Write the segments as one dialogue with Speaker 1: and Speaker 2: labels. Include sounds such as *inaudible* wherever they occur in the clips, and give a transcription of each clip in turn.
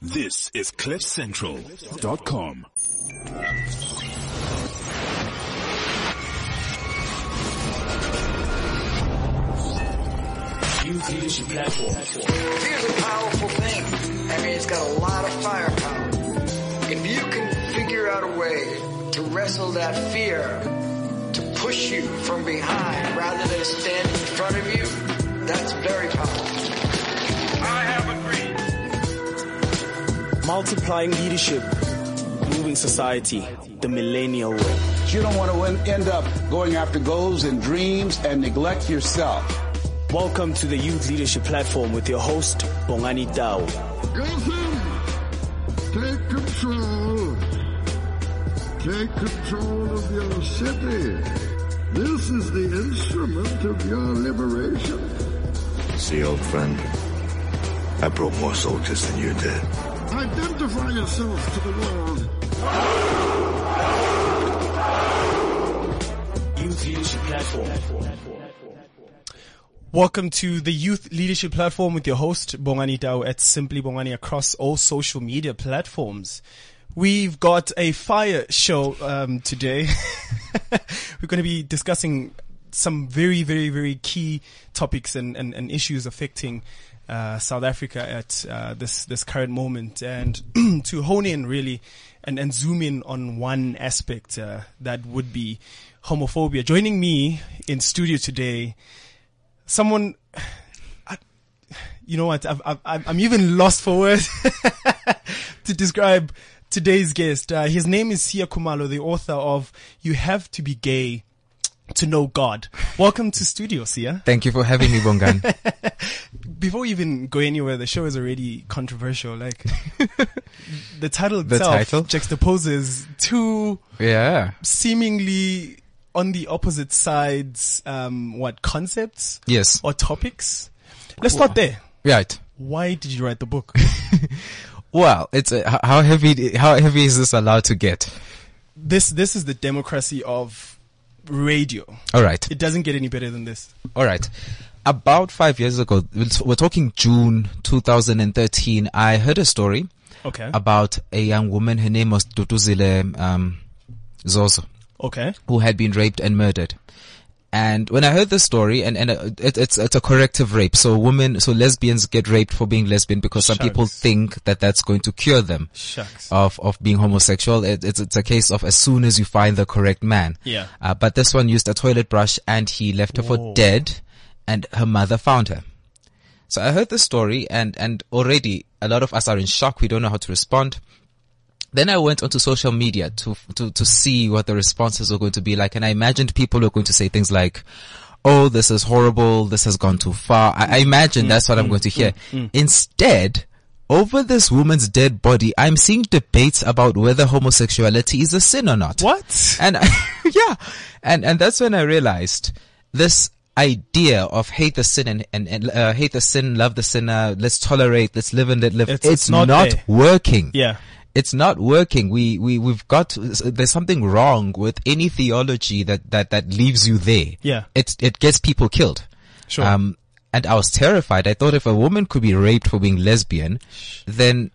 Speaker 1: This is CliffCentral.com.
Speaker 2: Youth Leadership Platform.
Speaker 3: Fear's a powerful thing. I mean, it's got a lot of firepower. If you can figure out a way to wrestle that fear, to push you from behind rather than stand in front of you, that's very powerful.
Speaker 4: I have a dream.
Speaker 5: Multiplying leadership, moving society, the millennial way.
Speaker 6: You don't want to end up going after goals and dreams and neglect yourself.
Speaker 5: Welcome to the Youth Leadership Platform with your host, Bongani Dao.
Speaker 7: Listen, take control. Take control of your city. This is the instrument of your liberation.
Speaker 8: See, old friend, I brought more soldiers than you did.
Speaker 7: Identify yourself to the world.
Speaker 2: Youth Leadership Platform.
Speaker 9: Welcome to the Youth Leadership Platform with your host, Bongani Dao at Simply Bongani across all social media platforms. We've got a fire show um, today. *laughs* We're going to be discussing some very, very, very key topics and, and, and issues affecting uh, South Africa at uh, this this current moment, and *clears throat* to hone in really and, and zoom in on one aspect uh, that would be homophobia. Joining me in studio today someone *sighs* I- you know what I've, I've, I've- i'm even lost for words *laughs* to describe today's guest uh, his name is sia kumalo the author of you have to be gay to know
Speaker 10: *laughs*
Speaker 9: god welcome to studio sia
Speaker 10: Thank you for having me, Bongan.
Speaker 9: before you even go anywhere the show is already controversial
Speaker 10: *laughs*
Speaker 9: like the title
Speaker 10: The
Speaker 9: itself
Speaker 10: title?
Speaker 9: juxtaposes two
Speaker 10: yeah.
Speaker 9: seemingly on the opposite sides um what concepts
Speaker 10: Yes.
Speaker 9: or topics let's start there
Speaker 10: Right.
Speaker 9: why did you write the book?
Speaker 10: Well, it's uh, h- how heavy how heavy is this allowed to get?
Speaker 9: this this is the democracy of radio.
Speaker 10: All right.
Speaker 9: It doesn't get any better than this.
Speaker 10: All right. About 5 years ago, we're t- we're talking June 2013, I heard a story
Speaker 9: Okay.
Speaker 10: about a young woman her name was Tutuzile um Zozo.
Speaker 9: okay.
Speaker 10: who had been raped and murdered. And when I heard this story, and, and uh, it, it's, it's a corrective rape. So women, so lesbians get raped for being lesbian because some people
Speaker 9: Shucks.
Speaker 10: think that that's going to cure them
Speaker 9: Shucks.
Speaker 10: of, of being homosexual. It, it's, it's a case of as soon as you find the correct man.
Speaker 9: Yeah.
Speaker 10: Uh, but this one used a toilet brush and he left her
Speaker 9: Whoa.
Speaker 10: for dead and her mother found her. So I heard this story and, and already a lot of us are in shock. We don't know how to respond. Then I went onto social media to, to, to see what the responses were going to be like. And I imagined people were going to say things like, Oh, this is horrible. This has gone too far. I, I imagine that's what I'm going to hear. Instead, over this woman's dead body, I'm seeing debates about whether homosexuality is a sin or not.
Speaker 9: What?
Speaker 10: And *laughs* yeah, and and that's when I realized this idea of hate the sin and, and, and uh, hate the sin, love the sinner, let's tolerate, let's live and let live.
Speaker 9: It's-
Speaker 10: It's,
Speaker 9: it's not
Speaker 10: not,
Speaker 9: there.
Speaker 10: working.
Speaker 9: Yeah.
Speaker 10: It's not working. We, we, we've got, there's something wrong with any theology that, that, that leaves you there.
Speaker 9: Yeah.
Speaker 10: It, it gets people killed.
Speaker 9: Sure.
Speaker 10: Um, and I was terrified. I thought if a woman could be raped for being lesbian, then,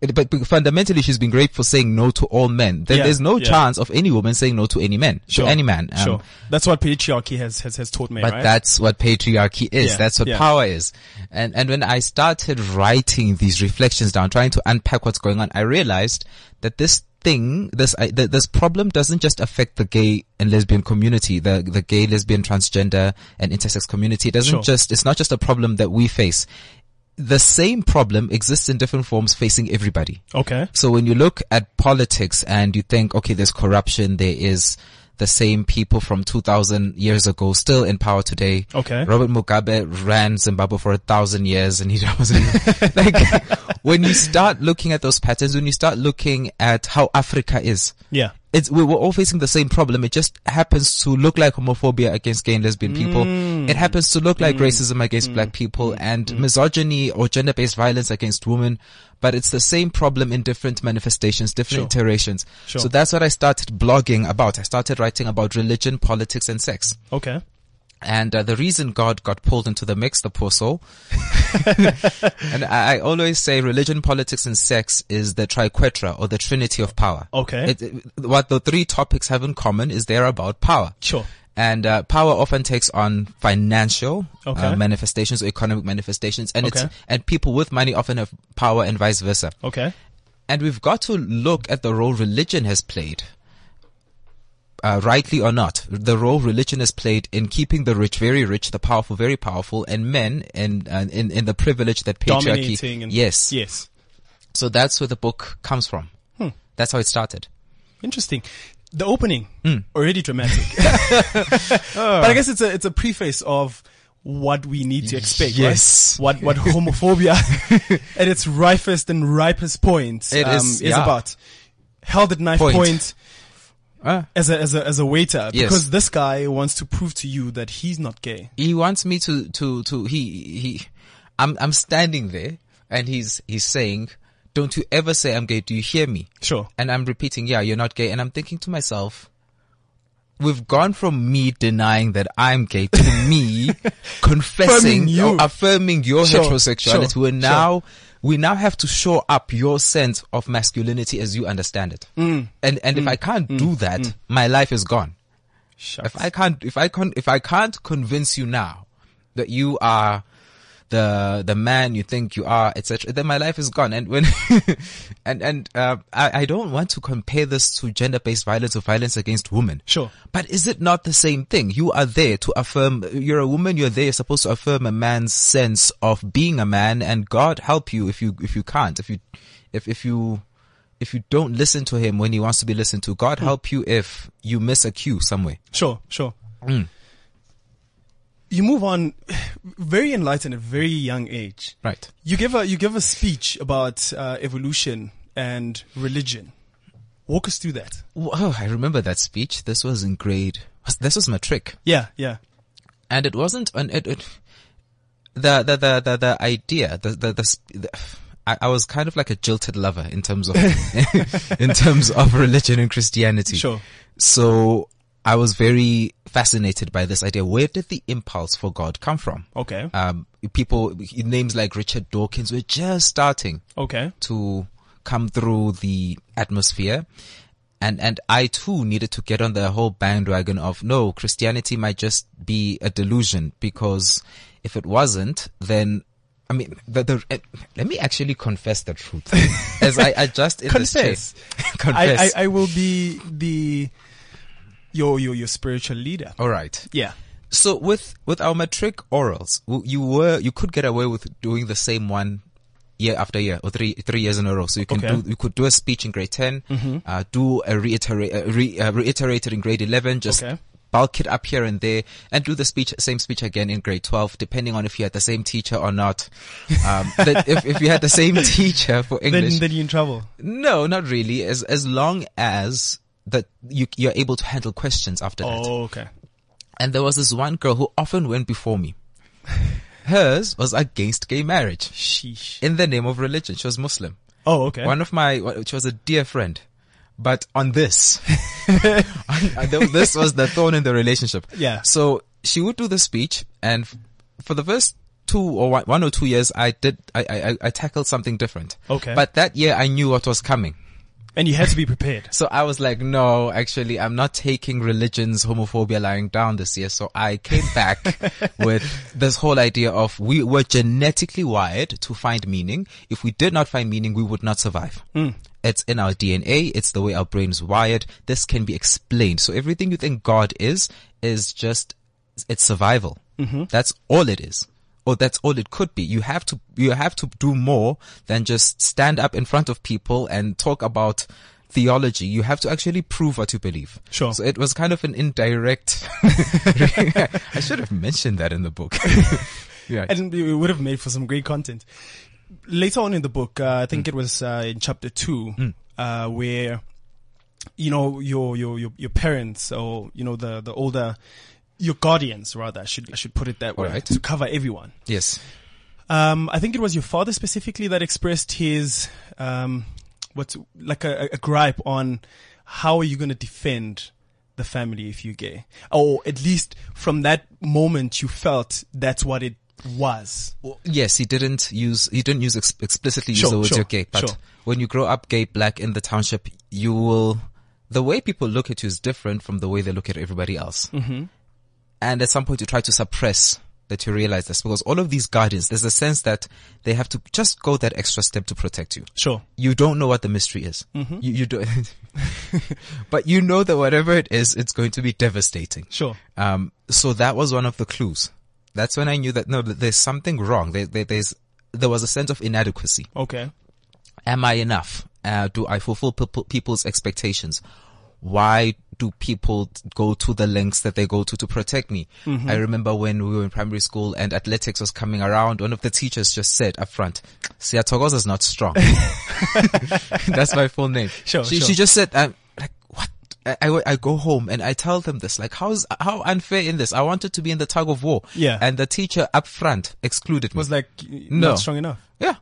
Speaker 10: it- but but fundamentally she's been raped for saying no to all men. Then
Speaker 9: Yeah,
Speaker 10: there's no
Speaker 9: yeah.
Speaker 10: chance of any woman saying no to any man,
Speaker 9: Sure.
Speaker 10: to any man. Um,
Speaker 9: sure. That's what patriarchy has has, has taught me,
Speaker 10: But
Speaker 9: right?
Speaker 10: that's what patriarchy is.
Speaker 9: Yeah,
Speaker 10: that's what
Speaker 9: yeah.
Speaker 10: power is. And, and when I started writing these reflections down, trying to unpack what's going on, I realized that this thing, this, I, th- this problem doesn't just affect the gay and lesbian community, the, the gay, lesbian, transgender and intersex community. It doesn't
Speaker 9: Sure.
Speaker 10: just, it's not just a problem that we face. The same problem exists in different forms facing everybody.
Speaker 9: okay.
Speaker 10: So when you look at politics and you think, okay, there's corruption, there is the same people from 2000 years ago still in power today.
Speaker 9: Okay.
Speaker 10: Robert Mugabe ran Zimbabwe for a thousand years and he *laughs*
Speaker 9: *laughs*
Speaker 10: wasn't, like, when you start looking at those patterns, when you start looking at how Africa is,
Speaker 9: Yeah.
Speaker 10: it's, we- we're all facing the same problem. It just happens to look like homophobia against gay and lesbian people.
Speaker 9: Mm.
Speaker 10: It happens to look like racism against black people and misogyny or gender-based violence against women. But it's the same problem in different manifestations, different iterations.
Speaker 9: Sure.
Speaker 10: So that's what I started blogging about. I started writing about religion, politics, and sex.
Speaker 9: Okay.
Speaker 10: And uh, the reason God got pulled into the mix, the
Speaker 9: *laughs*
Speaker 10: poor soul. and I, I always say religion, politics, and sex is the triquetra or the trinity of power.
Speaker 9: Okay.
Speaker 10: It, it- what the three topics have in common is they're about power.
Speaker 9: Sure.
Speaker 10: And uh, power often takes on financial
Speaker 9: Okay.
Speaker 10: uh, manifestations or economic manifestations, and
Speaker 9: Okay.
Speaker 10: it's and people with money often have power, and vice versa.
Speaker 9: Okay.
Speaker 10: And we've got to look at the role religion has played, uh, rightly or not, the role religion has played in keeping the rich very rich, the powerful very powerful, and men and uh, in in the privilege that patriarchy.
Speaker 9: Dominating and
Speaker 10: yes.
Speaker 9: yes. Hmm.
Speaker 10: So that's where the book comes from. That's how it started.
Speaker 9: Interesting. The opening
Speaker 10: Hmm.
Speaker 9: already
Speaker 10: *laughs*
Speaker 9: dramatic, but I guess it's a it's a preface of what we need to expect. right?
Speaker 10: Yes.
Speaker 9: What what
Speaker 10: *laughs*
Speaker 9: homophobia at its rifest and ripest point um,
Speaker 10: It is,
Speaker 9: is
Speaker 10: yeah.
Speaker 9: about held at knife point,
Speaker 10: Point. Ah.
Speaker 9: as a as a as a waiter
Speaker 10: Yes.
Speaker 9: because this guy wants to prove to you that he's not gay.
Speaker 10: he wants me to to to he he I'm I'm standing there and he's he's saying don't you ever say I'm gay do you hear me
Speaker 9: Sure.
Speaker 10: and I'm repeating yeah you're not gay and I'm thinking to myself we've gone from me denying that I'm gay
Speaker 9: *laughs*
Speaker 10: to me
Speaker 9: Affirming
Speaker 10: confessing
Speaker 9: you.
Speaker 10: or affirming your
Speaker 9: Sure,
Speaker 10: heterosexuality
Speaker 9: sure,
Speaker 10: we're now we now have to shore up your sense of masculinity as you understand it
Speaker 9: Mm.
Speaker 10: and and if I can't do that my life is gone if I can't, if I can't, if I can't convince you now that you are the the man you think you are, etc., then my life is gone. And when *laughs* and and uh, I I don't want to compare this to gender based violence or violence against women.
Speaker 9: Sure.
Speaker 10: but is it not the same thing? You are there to affirm. You're a woman. You're there. You're supposed to affirm a man's sense of being a man. And God help you if you if you can't if you if if you if you don't listen to him when he wants to be listened to, God help you if you miss a cue somewhere.
Speaker 9: Sure, sure. You move on *sighs* very enlightened at a very young age.
Speaker 10: Right.
Speaker 9: You give a you give a speech about uh, evolution and religion. Walk us through that.
Speaker 10: Wow, I remember that speech. This was in grade. was- This was my trick,
Speaker 9: Yeah, yeah.
Speaker 10: and it wasn't. An, it, it, the, the the the the idea. The the, the, sp- the I, I was kind of like a jilted lover in terms of in terms of religion and Christianity.
Speaker 9: Sure.
Speaker 10: So I was very fascinated by this idea. Where did the impulse for God come from?
Speaker 9: Okay.
Speaker 10: Um, people names like Richard Dawkins were just starting
Speaker 9: Okay.
Speaker 10: to come through the atmosphere. And, and I too needed to get on the whole bandwagon of no, Christianity might just be a delusion because if it wasn't, then I mean, the, the, eh, let me actually confess
Speaker 9: *laughs*
Speaker 10: the truth as I adjust in
Speaker 9: Confess.
Speaker 10: this chair. *laughs* confess.
Speaker 9: I, I, I will be the your your your spiritual leader.
Speaker 10: All right.
Speaker 9: Yeah.
Speaker 10: So with with our matric orals, w- you were you could get away with doing the same one year after year or three three years in a row. So you can
Speaker 9: Okay. Mm-hmm.
Speaker 10: do you could do a speech in grade 10 uh, do a reiterate uh, re, uh, reiterated in grade eleven, just
Speaker 9: Okay.
Speaker 10: bulk it up here and there, and do the speech same speech again in grade twelve, depending on if you had the same teacher
Speaker 9: *laughs*
Speaker 10: or not. Um, but if if you had the same teacher for English,
Speaker 9: Then then you're in trouble.
Speaker 10: no, not really. As as long as that you you're able to handle questions after that.
Speaker 9: Oh, okay.
Speaker 10: And there was this one girl who often went before me. Hers was against gay marriage
Speaker 9: Sheesh.
Speaker 10: in the name of religion. She was Muslim.
Speaker 9: Oh, okay.
Speaker 10: One of my, one- she was a dear friend. But
Speaker 9: *laughs*
Speaker 10: on this, on- on- this was the thorn in the relationship.
Speaker 9: Yeah.
Speaker 10: So she would do the speech and f- for the first two or one, one or two years, I did, I, I, I- I tackled something different.
Speaker 9: Okay.
Speaker 10: But that year I knew what was coming.
Speaker 9: And you had to be prepared.
Speaker 10: So I was like, no, actually, I'm not taking religion's homophobia lying down this year. So I came back with this whole idea of we were genetically wired to find meaning. If we did not find meaning, we would not survive. It's in our DNA. It's the way our brain's wired. This can be explained. So everything you think God is, is just, it's survival. That's all it is. Or that's all it could be. You have to, you have to do more than just stand up in front of people and talk about theology, you have to actually prove what you believe.
Speaker 9: Sure.
Speaker 10: So it was kind of
Speaker 9: *laughs*
Speaker 10: an indirect. *laughs* I should have mentioned that in the book. *laughs* yeah.
Speaker 9: and it would have made for some great content. Later on in the book, uh, I think it was uh, in chapter two, uh, where you know your your your, your parents or you know the the older your guardians rather I should I should put it that way
Speaker 10: Alright.
Speaker 9: to cover everyone.
Speaker 10: yes.
Speaker 9: Um, I think it was your father specifically that expressed his um, what's like a, a gripe on how are you going to defend the family if you're gay, or at least from that moment you felt that's what it was.
Speaker 10: Yes, he didn't use he didn't use ex- explicitly
Speaker 9: Sure,
Speaker 10: use the words
Speaker 9: sure,
Speaker 10: you're gay, but
Speaker 9: sure.
Speaker 10: when you grow up gay black in the township, you will the way people look at you is different from the way they look at everybody else. Mm-hmm. And at some point, you try to suppress that you realize this because all of these guardians, there's a sense that they have to just go that extra step to protect you.
Speaker 9: Sure.
Speaker 10: You don't know what the mystery is.
Speaker 9: Mm-hmm.
Speaker 10: You, you don't, *laughs* but you know that whatever it is, it's going to be devastating.
Speaker 9: Sure.
Speaker 10: Um, so that was one of the clues. That's when I knew that no, th- there's something wrong. There, there, there's, there was a sense of inadequacy.
Speaker 9: Okay.
Speaker 10: Am I enough? Uh, do I fulfill peop- people's expectations? Why do people t- go to the lengths that they go to to protect me?
Speaker 9: Mm-hmm.
Speaker 10: I remember when we were in primary school and athletics was coming around, one of the teachers just said up front, Siatogoza is not strong. *laughs* That's my full name.
Speaker 9: *laughs* Sure,
Speaker 10: She,
Speaker 9: sure.
Speaker 10: she just said, um, like, what? I, I, I go home and I tell them this, like, how's, how unfair in this? I wanted to be in the tug of war.
Speaker 9: Yeah.
Speaker 10: And the teacher up front excluded me.
Speaker 9: Was like
Speaker 10: No.
Speaker 9: not strong enough.
Speaker 10: Yeah.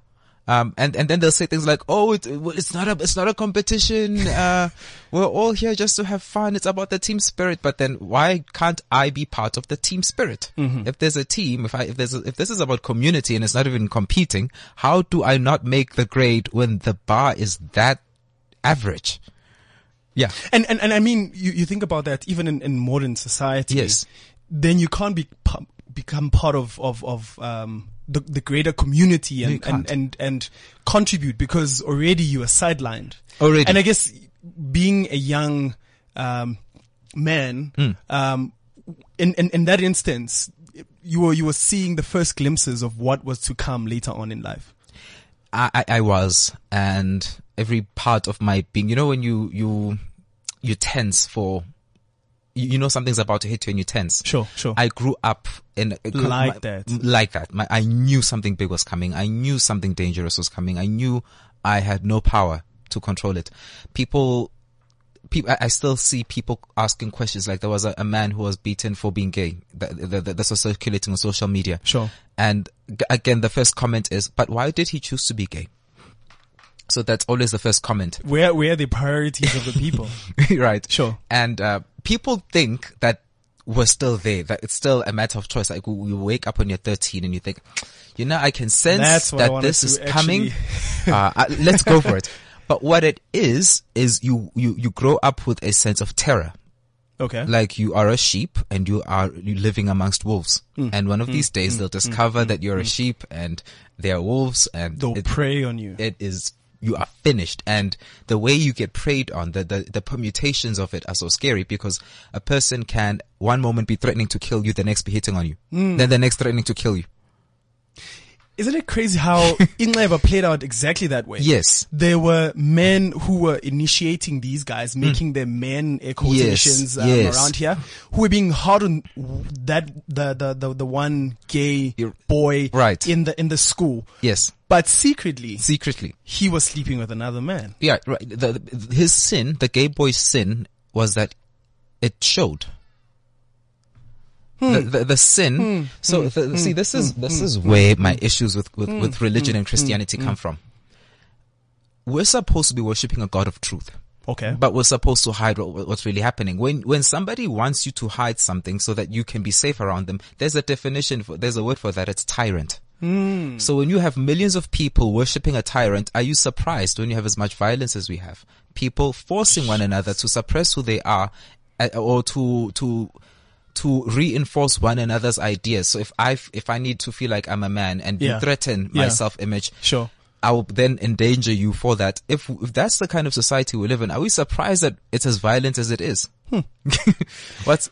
Speaker 10: Um, and, and then they'll say things like, oh, it, well, it's not a, it's not a competition. *laughs* Uh, we're all here just to have fun. It's about the team spirit. But then why can't I be part of the team spirit? If there's a team, if I, if there's, a, if this is about community and it's not even competing, how do I not make the grade when the bar is that average? Yeah.
Speaker 9: And and, and I mean, you, you think about that even in, in modern society.
Speaker 10: Yes.
Speaker 9: Then you can't be pu- become part of of of um the the greater community and and,
Speaker 10: can't.
Speaker 9: and and contribute because already you are sidelined.
Speaker 10: Already.
Speaker 9: And I guess being a young um man
Speaker 10: Hmm.
Speaker 9: um in, in in that instance you were you were seeing the first glimpses of what was to come later on in life.
Speaker 10: I, I, I was, and every part of my being, you know, when you, you, you tense for, you, you know, something's about to hit you and you tense.
Speaker 9: Sure, sure.
Speaker 10: I grew up in
Speaker 9: Like
Speaker 10: my-
Speaker 9: that.
Speaker 10: like that. My, I knew something big was coming. I knew something dangerous was coming. I knew I had no power to control it. People, people, I still see people asking questions. Like there was a, a man who was beaten for being gay. That, that, that- that's was circulating on social media.
Speaker 9: Sure.
Speaker 10: And g- again, the first comment is, but why did he choose to be gay? So that's always the first comment. *laughs*
Speaker 9: Where where are the priorities of the people?
Speaker 10: right?
Speaker 9: Sure.
Speaker 10: And uh, people think that we're still there, that it's still a matter of choice. Like w- you wake up when you're 13 and you think, you know, I can sense
Speaker 9: That's what I
Speaker 10: that
Speaker 9: wanted
Speaker 10: this
Speaker 9: to
Speaker 10: is
Speaker 9: actually-
Speaker 10: coming. *laughs* uh, uh, let's
Speaker 9: *laughs*
Speaker 10: go for it. But what it is is you you you grow up with a sense of terror
Speaker 9: Okay.
Speaker 10: like you are a sheep and you are you living amongst wolves.
Speaker 9: Hmm.
Speaker 10: And one of these days they'll discover that you're a sheep and they are wolves and
Speaker 9: They'll
Speaker 10: it-
Speaker 9: prey on you.
Speaker 10: It is you are finished and the way you get preyed on the, the the permutations of it are so scary because a person can one moment be threatening to kill you the next be hitting on you
Speaker 9: Hmm.
Speaker 10: then the next threatening to kill you
Speaker 9: Isn't it crazy
Speaker 10: *laughs*
Speaker 9: how Ingleba played out exactly that way?
Speaker 10: Yes.
Speaker 9: There were men who were initiating these guys, making them men air quotations um,
Speaker 10: Hmm. yes.
Speaker 9: around here, who were being hard on that, the, the, the, the one gay
Speaker 10: You're-
Speaker 9: boy
Speaker 10: Right.
Speaker 9: in the, in the school.
Speaker 10: yes
Speaker 9: But secretly,
Speaker 10: secretly
Speaker 9: he was sleeping with another man.
Speaker 10: yeah right the, the- his sin the gay boy's sin was that it showed the, the, the sin so the, see this is this is where my issues with with, with religion and christianity come from we're supposed to be worshipping a god of truth
Speaker 9: Okay.
Speaker 10: but we're supposed to hide what, what's really happening. When when somebody wants you to hide something so that you can be safe around them, there's a definition for there's a word for that. It's tyrant.
Speaker 9: Hmm.
Speaker 10: So when you have millions of people worshipping a tyrant, are you surprised when you have as much violence as we have? People forcing one another to suppress who they are, uh, or to to to reinforce one another's ideas. So if I if I need to feel like I'm a man and
Speaker 9: Yeah.
Speaker 10: you threaten
Speaker 9: Yeah.
Speaker 10: my self image,
Speaker 9: Sure.
Speaker 10: I will then endanger you for that. If if that's the kind of society we live in, are we surprised that it's as violent as it is? *laughs* What's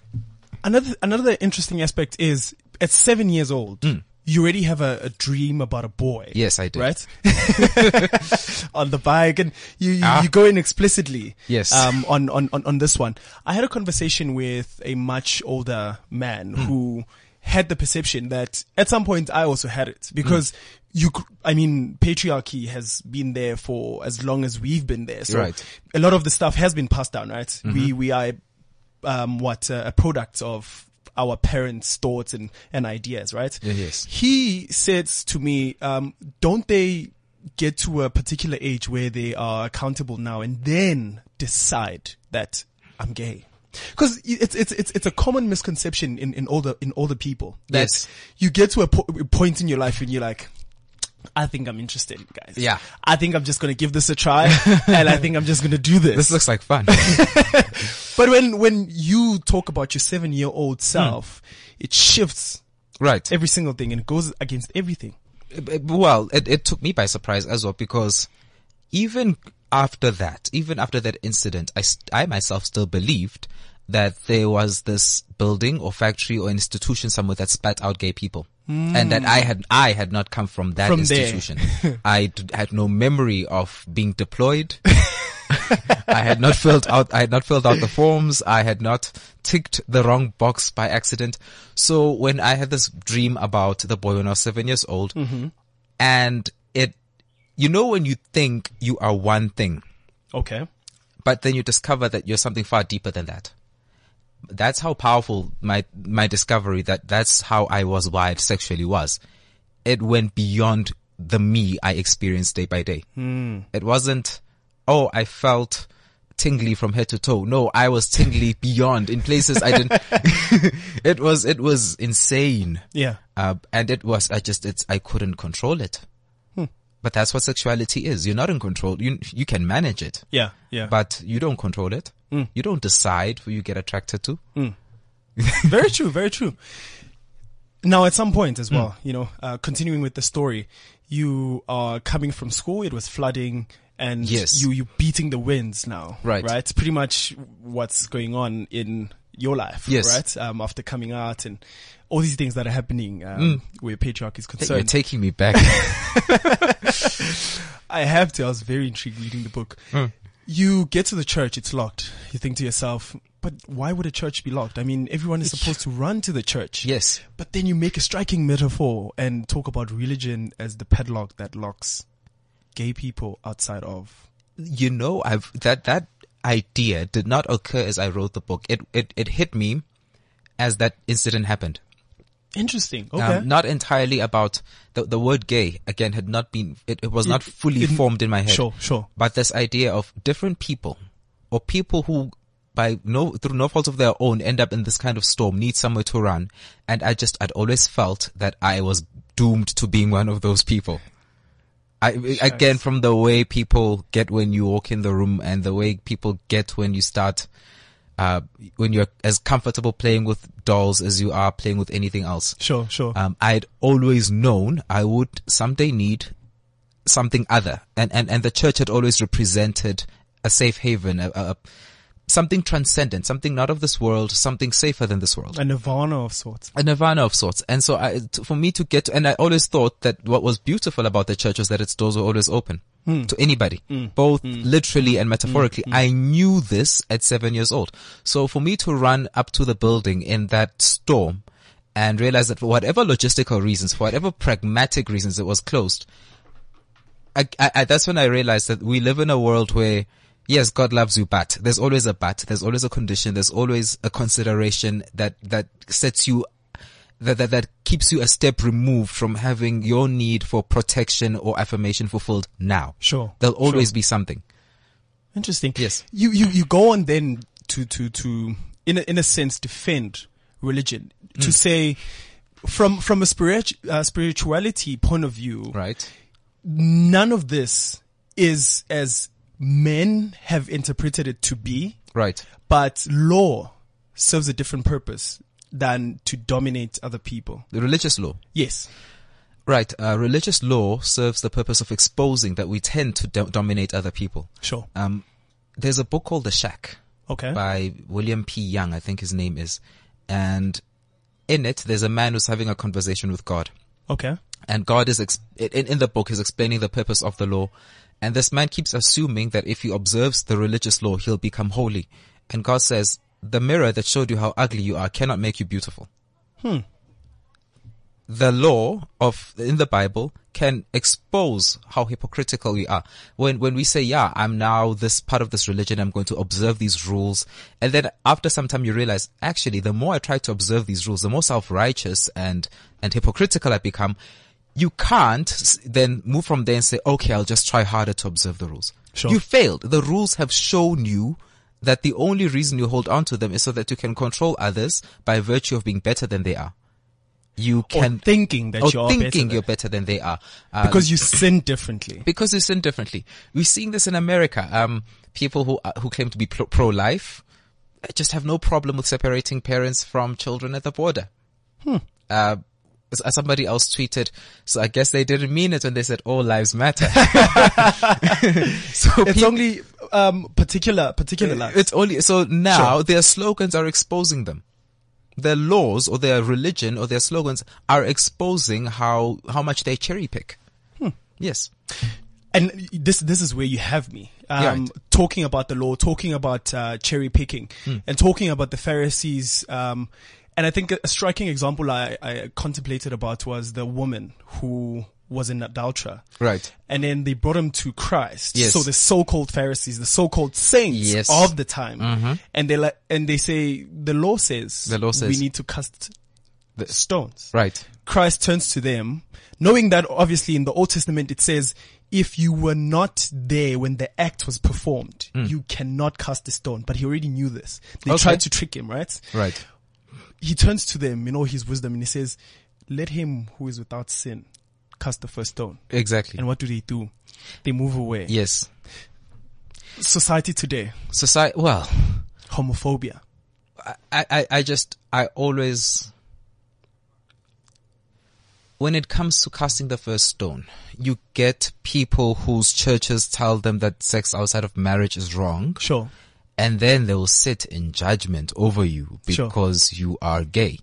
Speaker 9: another another interesting aspect is at seven years old, you already have a, a dream about a boy.
Speaker 10: Hmm. Yes, I did.
Speaker 9: Right, *laughs* on the bike, and you you,
Speaker 10: Ah.
Speaker 9: you go in explicitly.
Speaker 10: Yes.
Speaker 9: um, on, on on on this one, I had a conversation with a much older man
Speaker 10: Hmm.
Speaker 9: who had the perception that at some point I also had it
Speaker 10: Hmm.
Speaker 9: because. You, cou- I mean, patriarchy has been there for as long as we've been there. So
Speaker 10: Right. Mm-hmm.
Speaker 9: a lot of the stuff has been passed down, right? We, we are um, what uh, a product of our parents' thoughts and, and ideas, right?
Speaker 10: Yes.
Speaker 9: He says to me, um, don't they get to a particular age where they are accountable now and then decide that I'm gay? Because it's, it's, it's, it's a common misconception in, in older, in older people that
Speaker 10: Yes.
Speaker 9: you get to a po- a point in your life and you're like, I think I'm interested, guys.
Speaker 10: Yeah.
Speaker 9: I think I'm just going to give this a try and I think I'm just going to
Speaker 10: *laughs*
Speaker 9: do this.
Speaker 10: This looks like fun.
Speaker 9: but when, when you talk about your seven year old self, it shifts
Speaker 10: right.
Speaker 9: every single thing and it goes against everything.
Speaker 10: b- b- well, it, it took me by surprise as well because even after that, even after that incident, I, st- I myself still believed that there was this building or factory or institution somewhere that spat out gay people. And that I had, I had not come from that
Speaker 9: From there.
Speaker 10: institution. *laughs* I d- had no memory of
Speaker 9: *laughs*
Speaker 10: being deployed. I had not filled out, I had not filled out the forms. I had not ticked the wrong box by accident. So when I had this dream about the boy when I was seven years old and it, you know, when you think you are one thing,
Speaker 9: Okay.
Speaker 10: but then you discover that you're something far deeper than that. That's how powerful my, my discovery that that's how I was wired sexually was. It went beyond the me I experienced day by day. It wasn't, oh, I felt tingly from head to toe. No, I was tingly beyond in places I didn't. *laughs* it was, it was insane.
Speaker 9: Yeah.
Speaker 10: Uh, and it was, I just, it's, I couldn't control it. But that's what sexuality is. You're not in control. You, you can manage it
Speaker 9: Yeah. Yeah.
Speaker 10: but you don't control it. You don't decide who you get attracted to.
Speaker 9: very true, very true. Now, at some point as well, you know, uh, continuing with the story, you are coming from school. It was flooding, and
Speaker 10: Yes.
Speaker 9: you you beating the winds now,
Speaker 10: Right.
Speaker 9: Right, it's pretty much what's going on in your life,
Speaker 10: Yes.
Speaker 9: right? Um, after coming out and all these things that are happening um, where patriarchy is
Speaker 10: You're
Speaker 9: concerned,
Speaker 10: taking me back. *laughs*
Speaker 9: I have to. I was very intrigued reading the book. You get to the church, it's locked. You think to yourself, but why would a church be locked? I mean, everyone is supposed to run to the church.
Speaker 10: Yes.
Speaker 9: But then you make a striking metaphor and talk about religion as the padlock that locks gay people outside of.
Speaker 10: you know, I've that that idea did not occur as I wrote the book. It it it hit me as that incident happened.
Speaker 9: Interesting. Okay.
Speaker 10: Um, not entirely about the the word gay again had not been it, it was not fully
Speaker 9: it-
Speaker 10: formed in my head.
Speaker 9: Sure, sure.
Speaker 10: But this idea of different people or people who by no through no fault of their own end up in this kind of storm need somewhere to run and I just I'd always felt that I was doomed to being one of those people. I, again, from the way people get when you walk in the room and the way people get when you start, uh, when you're as comfortable playing with dolls as you are playing with anything else.
Speaker 9: Sure, sure.
Speaker 10: Um, I'd always known I would someday need something other. And, and, and the church had always represented a safe haven, a, a, something transcendent, something not of this world, something safer than this world
Speaker 9: a nirvana of sorts.
Speaker 10: a nirvana of sorts. And so I, t- for me to get, and I always thought that what was beautiful about the church was that its doors were always open to anybody, both literally and metaphorically. I knew this at seven years old. So for me to run up to the building in that storm and realize that for whatever logistical reasons, for whatever pragmatic reasons it was closed, I, I, I, that's when I realized that we live in a world where, yes, God loves you, but there's always a but, there's always a condition, there's always a consideration that, that sets you, that, that, that keeps you a step removed from having your need for protection or affirmation fulfilled now.
Speaker 9: Sure,
Speaker 10: There'll always be something.
Speaker 9: Interesting.
Speaker 10: Yes.
Speaker 9: You you you go on then to to to in a, in a sense defend religion
Speaker 10: Mm.
Speaker 9: to say from from a spirit uh, spirituality point of view,
Speaker 10: Right?
Speaker 9: none of this is as men have interpreted it to be,
Speaker 10: Right.
Speaker 9: but law serves a different purpose than to dominate other people.
Speaker 10: The religious law.
Speaker 9: Yes.
Speaker 10: Right. Uh, religious law serves the purpose of exposing that we tend to do- dominate other people.
Speaker 9: Sure.
Speaker 10: Um, there's a book called The Shack.
Speaker 9: Okay.
Speaker 10: by William P. Young, I think his name is. And in it, there's a man who's having a conversation with God.
Speaker 9: Okay.
Speaker 10: And God is, ex- in, in the book, is explaining the purpose of the law. And this man keeps assuming that if he observes the religious law, he'll become holy. And God says, the mirror that showed you how ugly you are cannot make you beautiful. The law of, in the Bible can expose how hypocritical we are. When, when we say, yeah, I'm now this part of this religion, I'm going to observe these rules. And then after some time you realize, actually, the more I try to observe these rules, the more self-righteous and, and hypocritical I become. You can't s- then move from there and say, okay, I'll just try harder to observe the rules.
Speaker 9: Sure.
Speaker 10: You failed. The rules have shown you that the only reason you hold on to them is so that you can control others by virtue of being better than they are. You can
Speaker 9: thinking that
Speaker 10: or
Speaker 9: you are better
Speaker 10: Oh, thinking
Speaker 9: than-
Speaker 10: you're better than they are Um,
Speaker 9: because you sin differently.
Speaker 10: because you sin differently. We're seeing this in America. Um, people who are- who claim to be pro- pro-life just have no problem with separating parents from children at the border.
Speaker 9: Hmm.
Speaker 10: Uh, s- somebody else tweeted, so I guess they didn't mean it when they said all lives matter.
Speaker 9: *laughs*
Speaker 10: *laughs* so
Speaker 9: It's
Speaker 10: peop-
Speaker 9: only um, particular particular lives.
Speaker 10: it's only so now their slogans are exposing them. Their laws or their religion or their slogans are exposing how how much they cherry pick. Hmm. Yes.
Speaker 9: and this this is where you have me um,
Speaker 10: Yeah, right.
Speaker 9: talking about the law, talking about uh, cherry picking,
Speaker 10: Hmm.
Speaker 9: and talking about the Pharisees. Um, and I think a striking example I, I contemplated about was the woman who was in adulterer.
Speaker 10: Right.
Speaker 9: And then they brought him to Christ.
Speaker 10: Yes.
Speaker 9: So the so-called Pharisees, the so-called saints
Speaker 10: Yes. Mm-hmm.
Speaker 9: of the time, and they like, and they say the law says
Speaker 10: The law
Speaker 9: we
Speaker 10: says-
Speaker 9: need to cast
Speaker 10: The-
Speaker 9: stones.
Speaker 10: Right.
Speaker 9: Christ turns to them, knowing that obviously in the Old Testament it says, if you were not there when the act was performed, you cannot cast a stone. But he already knew this. They
Speaker 10: Hmm. Okay.
Speaker 9: tried to trick him, right?
Speaker 10: Right.
Speaker 9: He turns to them in all his wisdom and he says, let him who is without sin cast the first stone.
Speaker 10: Exactly.
Speaker 9: And what do they do? They move away.
Speaker 10: yes.
Speaker 9: Society today,
Speaker 10: Society. Well,
Speaker 9: homophobia.
Speaker 10: I, I, I just, I always, when it comes to casting the first stone, you get people whose churches tell them that sex outside of marriage is wrong,
Speaker 9: Sure.
Speaker 10: and then they will sit in judgment over you
Speaker 9: Sure.
Speaker 10: because you are gay.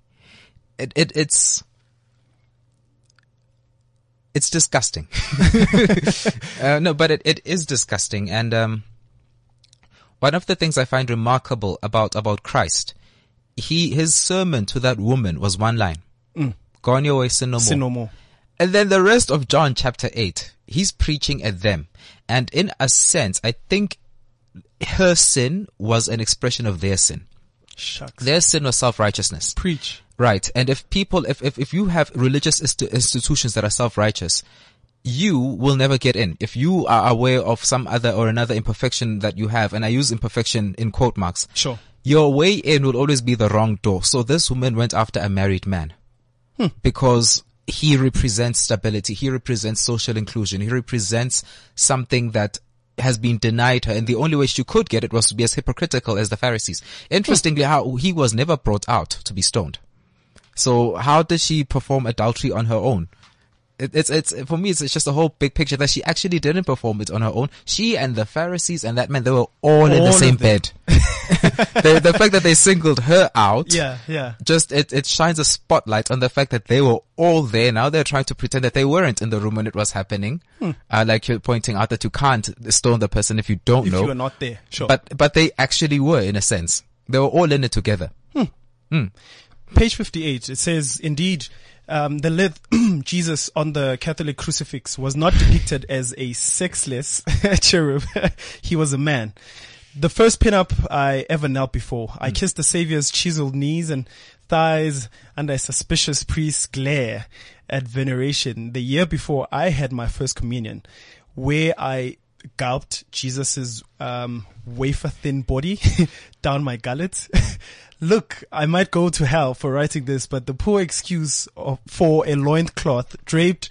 Speaker 10: It, it, it's, it's disgusting. *laughs* uh, no, but it, it is disgusting. And, um, one of the things I find remarkable about, about Christ, he, his sermon to that woman was one line. Go on your way, sin no more.
Speaker 9: Mm. Sin no more.
Speaker 10: And then the rest of John chapter 8, he's preaching at them. And in a sense, I think her sin was an expression of their sin.
Speaker 9: Shucks.
Speaker 10: Their sin was self-righteousness.
Speaker 9: Preach.
Speaker 10: Right. And if people, if, if, if you have religious inst- institutions that are self-righteous, you will never get in. If you are aware of some other or another imperfection that you have, and I use imperfection in quote marks,
Speaker 9: Sure.
Speaker 10: your way in will always be the wrong door. So this woman went after a married man
Speaker 9: Hmm.
Speaker 10: because he represents stability. He represents social inclusion. He represents something that has been denied her. And the only way she could get it was to be as hypocritical as the Pharisees. Interestingly, how he was never brought out to be stoned. So how did she perform adultery on her own? It, it's, it's, for me, it's, it's just a whole big picture that she actually didn't perform it on her own. She and the Pharisees and that man, they were all, in
Speaker 9: All
Speaker 10: the
Speaker 9: of
Speaker 10: same
Speaker 9: them.
Speaker 10: bed. the, the fact that they singled her out
Speaker 9: Yeah, yeah.
Speaker 10: just it, it shines a spotlight on the fact that they were all there. Now they're trying to pretend that they weren't in the room when it was happening.
Speaker 9: Hmm.
Speaker 10: Uh, like you're pointing out that you can't stone the person if you don't
Speaker 9: If
Speaker 10: know.
Speaker 9: you are not there. Sure.
Speaker 10: But but they actually were in a sense. They were all in it together.
Speaker 9: page 58 it says indeed um, the lith *clears throat* jesus on the catholic crucifix was not depicted as a sexless *laughs* cherub he was a man the first pinup i ever knelt before i kissed the savior's chiseled knees and thighs under a suspicious priest's glare at veneration the year before i had my first communion where i gulped Jesus's um, wafer thin body *laughs* down my gullet. *laughs* Look, I might go to hell for writing this, but the poor excuse of, for a loincloth draped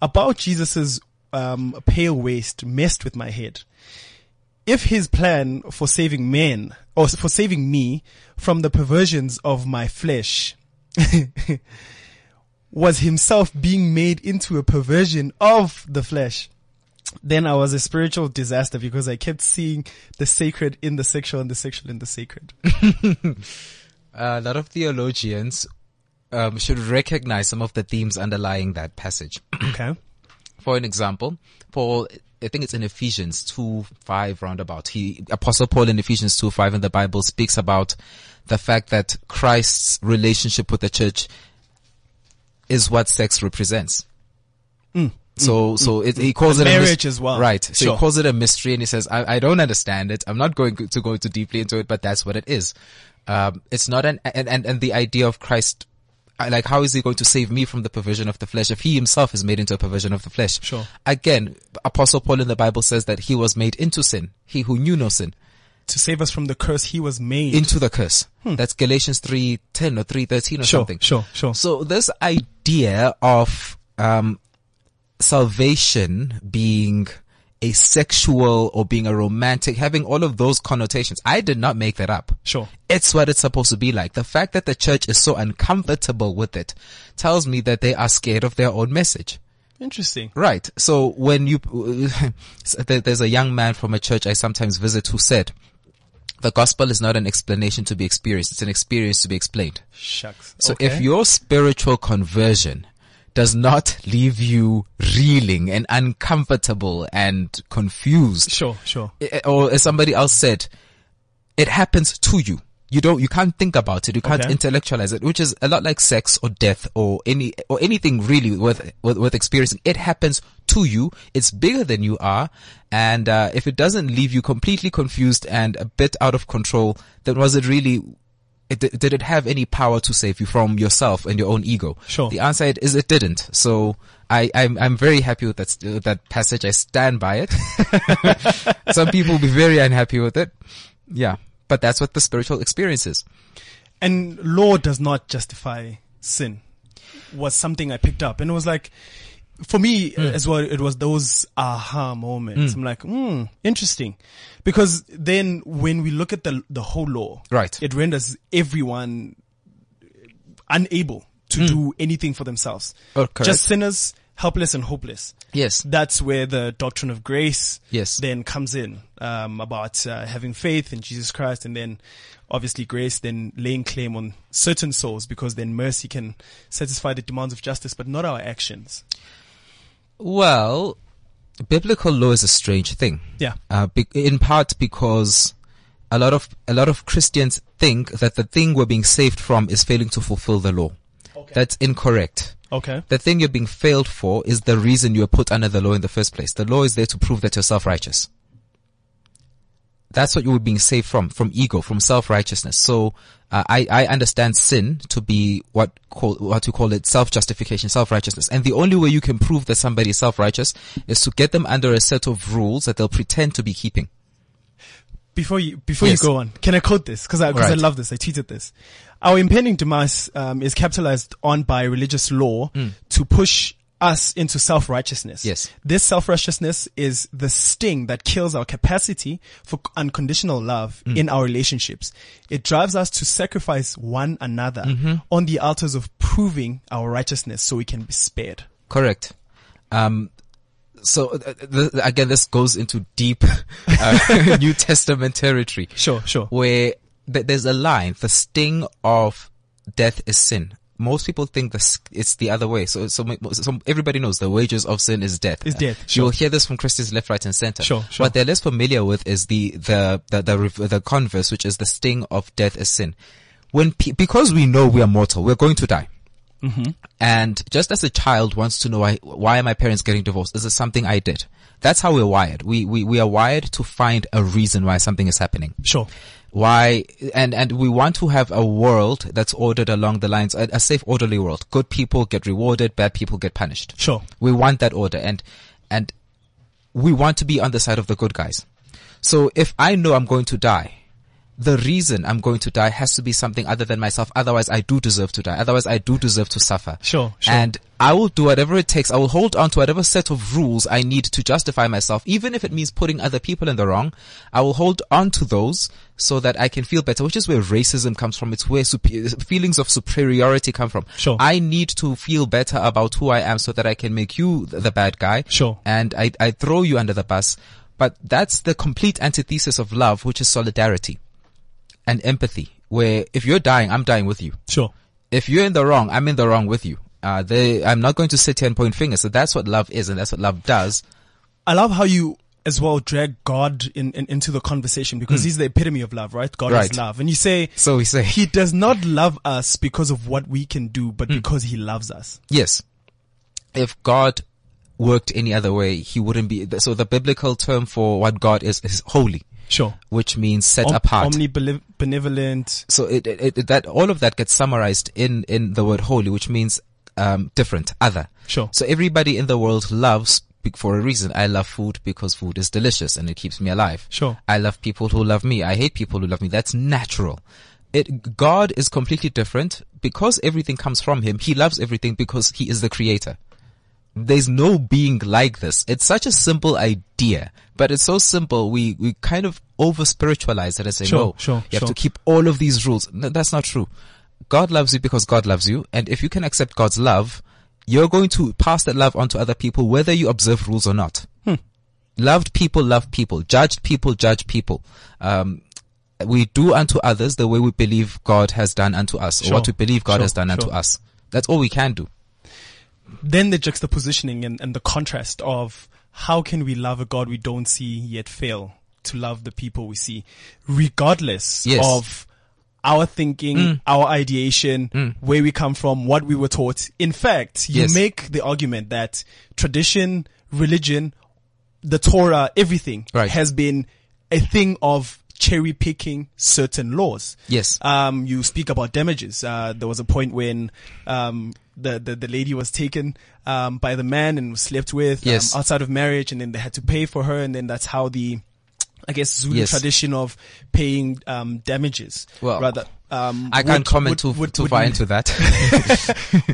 Speaker 9: about Jesus's um, pale waist messed with my head. If his plan for saving men or for saving me from the perversions of my flesh *laughs* was himself being made into a perversion of the flesh, then I was a spiritual disaster because I kept seeing the sacred in the sexual and the sexual in the
Speaker 10: *clears throat*
Speaker 9: sacred.
Speaker 10: a lot of theologians um, should recognize some of the themes underlying that passage.
Speaker 9: Okay.
Speaker 10: For an example, Paul, I think it's in Ephesians 2, 5 roundabout. He, Apostle Paul in Ephesians 2, 5 in the Bible speaks about the fact that Christ's relationship with the church is what sex represents. So, so it, he calls
Speaker 9: Mm. The
Speaker 10: it a
Speaker 9: marriage as well.
Speaker 10: right? So
Speaker 9: Sure.
Speaker 10: he calls it a mystery, and he says, I, "I don't understand it. I'm not going to go too deeply into it, but that's what it is. Um, it's not an and, and and the idea of Christ, I- like how is he going to save me from the perversion of the flesh if he himself is made into a perversion of the flesh?
Speaker 9: Sure.
Speaker 10: Again, Apostle Paul in the Bible says that he was made into sin, he who knew no sin.
Speaker 9: to save us from the curse he was made. Hmm.
Speaker 10: into the curse. That's Galatians 3:10 or 3:13 or
Speaker 9: Sure,
Speaker 10: something.
Speaker 9: sure, sure.
Speaker 10: So this idea of um, salvation being a sexual or being a romantic, having all of those connotations. I did not make that up.
Speaker 9: Sure.
Speaker 10: It's what it's supposed to be like. The fact that the church is so uncomfortable with it tells me that they are scared of their own message.
Speaker 9: Interesting.
Speaker 10: Right. So when you, *laughs* there- there's a young man from a church I sometimes visit who said, the gospel is not an explanation to be experienced. It's an experience to be explained.
Speaker 9: Shucks.
Speaker 10: So
Speaker 9: Okay.
Speaker 10: if your spiritual conversion does not leave you reeling and uncomfortable and confused,
Speaker 9: Sure, sure.
Speaker 10: I- I- Eh, or as somebody else said, it happens to you. You don't, you can't think about it. You can't
Speaker 9: Okay.
Speaker 10: intellectualize it, which is a lot like sex or death or any, or anything really worth, worth, worth experiencing. It happens to you. It's bigger than you are. And, uh, if it doesn't leave you completely confused and a bit out of control, then was it really, it, did did it have any power to save you from yourself and your own ego?
Speaker 9: Sure.
Speaker 10: The answer it- is it didn't. So I, I'm, I'm very happy with that, st- with that passage. I stand by it. *laughs* Some people will be very unhappy with it. Yeah. But that's what the spiritual experience is.
Speaker 9: And law does not justify sin. Was something I picked up, and it was like, for me
Speaker 10: Hmm.
Speaker 9: as well, it was those aha moments. I'm like, hmm, interesting, because then when we look at the the whole law,
Speaker 10: Right.
Speaker 9: it renders everyone unable to do anything for themselves.
Speaker 10: Hmm. Oh, correct.
Speaker 9: Just sinners, helpless and hopeless.
Speaker 10: Yes.
Speaker 9: That's where the doctrine of grace
Speaker 10: Yes.
Speaker 9: then comes in um, about uh, having faith in Jesus Christ and then obviously grace then laying claim on certain souls because then mercy can satisfy the demands of justice but not our actions.
Speaker 10: Well, biblical law is a strange thing.
Speaker 9: Yeah.
Speaker 10: Uh, be- in part because a lot of a lot of Christians think that the thing we're being saved from is failing to fulfill the law. That's incorrect.
Speaker 9: Okay.
Speaker 10: The thing you're being failed for is the reason you were put under the law in the first place. The law is there to prove that you're self-righteous. That's what you were being saved from, from ego, from self-righteousness. So, uh, I, I understand sin to be what call, what you call it, self-justification, self-righteousness. And the only way you can prove that somebody is self-righteous is to get them under a set of rules that they'll pretend to be keeping.
Speaker 9: Before you before
Speaker 10: Yes.
Speaker 9: you go on, can I quote this? Because I, 'cause I
Speaker 10: Right.
Speaker 9: love this. I tweeted this. Our impending demise um, is capitalized on by religious law to push us into self righteousness.
Speaker 10: Hmm. Yes.
Speaker 9: This self righteousness is the sting that kills our capacity for c- unconditional love
Speaker 10: Hmm.
Speaker 9: in our relationships. It drives us to sacrifice one another
Speaker 10: Mm-hmm.
Speaker 9: on the altars of proving our righteousness so we can be spared.
Speaker 10: Correct. Um, so uh, th- th- again, this goes into deep *laughs* uh, *laughs* New Testament territory.
Speaker 9: Sure, sure.
Speaker 10: Where th- there's a line: the sting of death is sin. Most people think this, it's the other way. So, so, mo- so everybody knows the wages of sin is death.
Speaker 9: Is death,
Speaker 10: Uh,
Speaker 9: sure.
Speaker 10: You will hear this from Christians left, right, and center.
Speaker 9: Sure, sure.
Speaker 10: What they're less familiar with is the the the the, rev- the converse, which is the sting of death is sin. When pe- because we know we are mortal, we're going to die.
Speaker 9: Mm-hmm.
Speaker 10: And just as a child wants to know why, why are my parents getting divorced? Is it something I did? That's how we're wired. We, we, we are wired to find a reason why something is happening.
Speaker 9: Sure.
Speaker 10: Why, and, and we want to have a world that's ordered along the lines, a, a safe, orderly world. Good people get rewarded, bad people get punished.
Speaker 9: Sure.
Speaker 10: We want that order and, and we want to be on the side of the good guys. So if I know I'm going to die, the reason I'm going to die has to be something other than myself. Otherwise, I do deserve to die. Otherwise, I do deserve to suffer.
Speaker 9: Sure, sure.
Speaker 10: And I will do whatever it takes. I will hold on to whatever set of rules I need to justify myself, even if it means putting other people in the wrong. I will hold on to those so that I can feel better, which is where racism comes from. It's where super- feelings of superiority come from.
Speaker 9: Sure.
Speaker 10: I need to feel better about who I am so that I can make you th- the bad guy.
Speaker 9: Sure.
Speaker 10: And I, I throw you under the bus. But that's the complete antithesis of love, which is solidarity and empathy, where if you're dying, I'm dying with you.
Speaker 9: Sure.
Speaker 10: If you're in the wrong, I'm in the wrong with you. Uh, they, I'm not going to sit here and point fingers. So that's what love is, and that's what love does.
Speaker 9: I love how you as well drag God in, in into the conversation because he's the epitome of love, right? God
Speaker 10: Hmm. Right.
Speaker 9: is love. And you say
Speaker 10: So we say,
Speaker 9: he does not love us because of what we can do, but
Speaker 10: Hmm.
Speaker 9: because he loves us.
Speaker 10: yes. If God worked any other way, he wouldn't be. So the biblical term for what God is is holy,
Speaker 9: Sure.
Speaker 10: which means set
Speaker 9: Om-
Speaker 10: apart.
Speaker 9: Omnibenevolent.
Speaker 10: so it, it, it that all of that gets summarized in in the word holy, which means um different, other.
Speaker 9: Sure.
Speaker 10: So everybody in the world loves be- for a reason. I love food because food is delicious and it keeps me alive.
Speaker 9: Sure.
Speaker 10: I love people who love me. I hate people who love me. That's natural. It, God is completely different because everything comes from him. He loves everything because he is the creator. There's no being like this. It's such a simple idea, but it's so simple. We, we kind of over spiritualize it and say,
Speaker 9: Sure,
Speaker 10: no,
Speaker 9: sure,
Speaker 10: you have
Speaker 9: sure.
Speaker 10: to keep all of these rules. No, that's not true. God loves you because God loves you. And if you can accept God's love, you're going to pass that love on to other people, whether you observe rules or not.
Speaker 9: Hmm.
Speaker 10: Loved people love people. Judged people judge people. Um, we do unto others the way we believe God has done unto us,
Speaker 9: Sure,
Speaker 10: or what we believe God
Speaker 9: sure,
Speaker 10: has done unto
Speaker 9: sure.
Speaker 10: us. That's all we can do.
Speaker 9: then the juxtapositioning and, and the contrast of how can we love a God we don't see yet fail to love the people we see, regardless
Speaker 10: Yes. Mm.
Speaker 9: of our thinking, our ideation, where we come from, what we were taught. In fact, you
Speaker 10: Yes.
Speaker 9: make the argument that tradition, religion, the Torah, everything
Speaker 10: Right.
Speaker 9: has been a thing of cherry picking certain laws.
Speaker 10: Yes.
Speaker 9: Um, you speak about damages. Uh, there was a point when um, the, the the lady was taken um, by the man and was slept with
Speaker 10: Yes.
Speaker 9: um, outside of marriage, and then they had to pay for her, and then that's how the I guess Zulu
Speaker 10: Yes.
Speaker 9: tradition of paying um, damages.
Speaker 10: Well,
Speaker 9: rather, um,
Speaker 10: I can't
Speaker 9: would-
Speaker 10: comment
Speaker 9: would-
Speaker 10: too,
Speaker 9: would-
Speaker 10: too
Speaker 9: would
Speaker 10: far
Speaker 9: n-
Speaker 10: into that.
Speaker 9: *laughs*
Speaker 10: *laughs*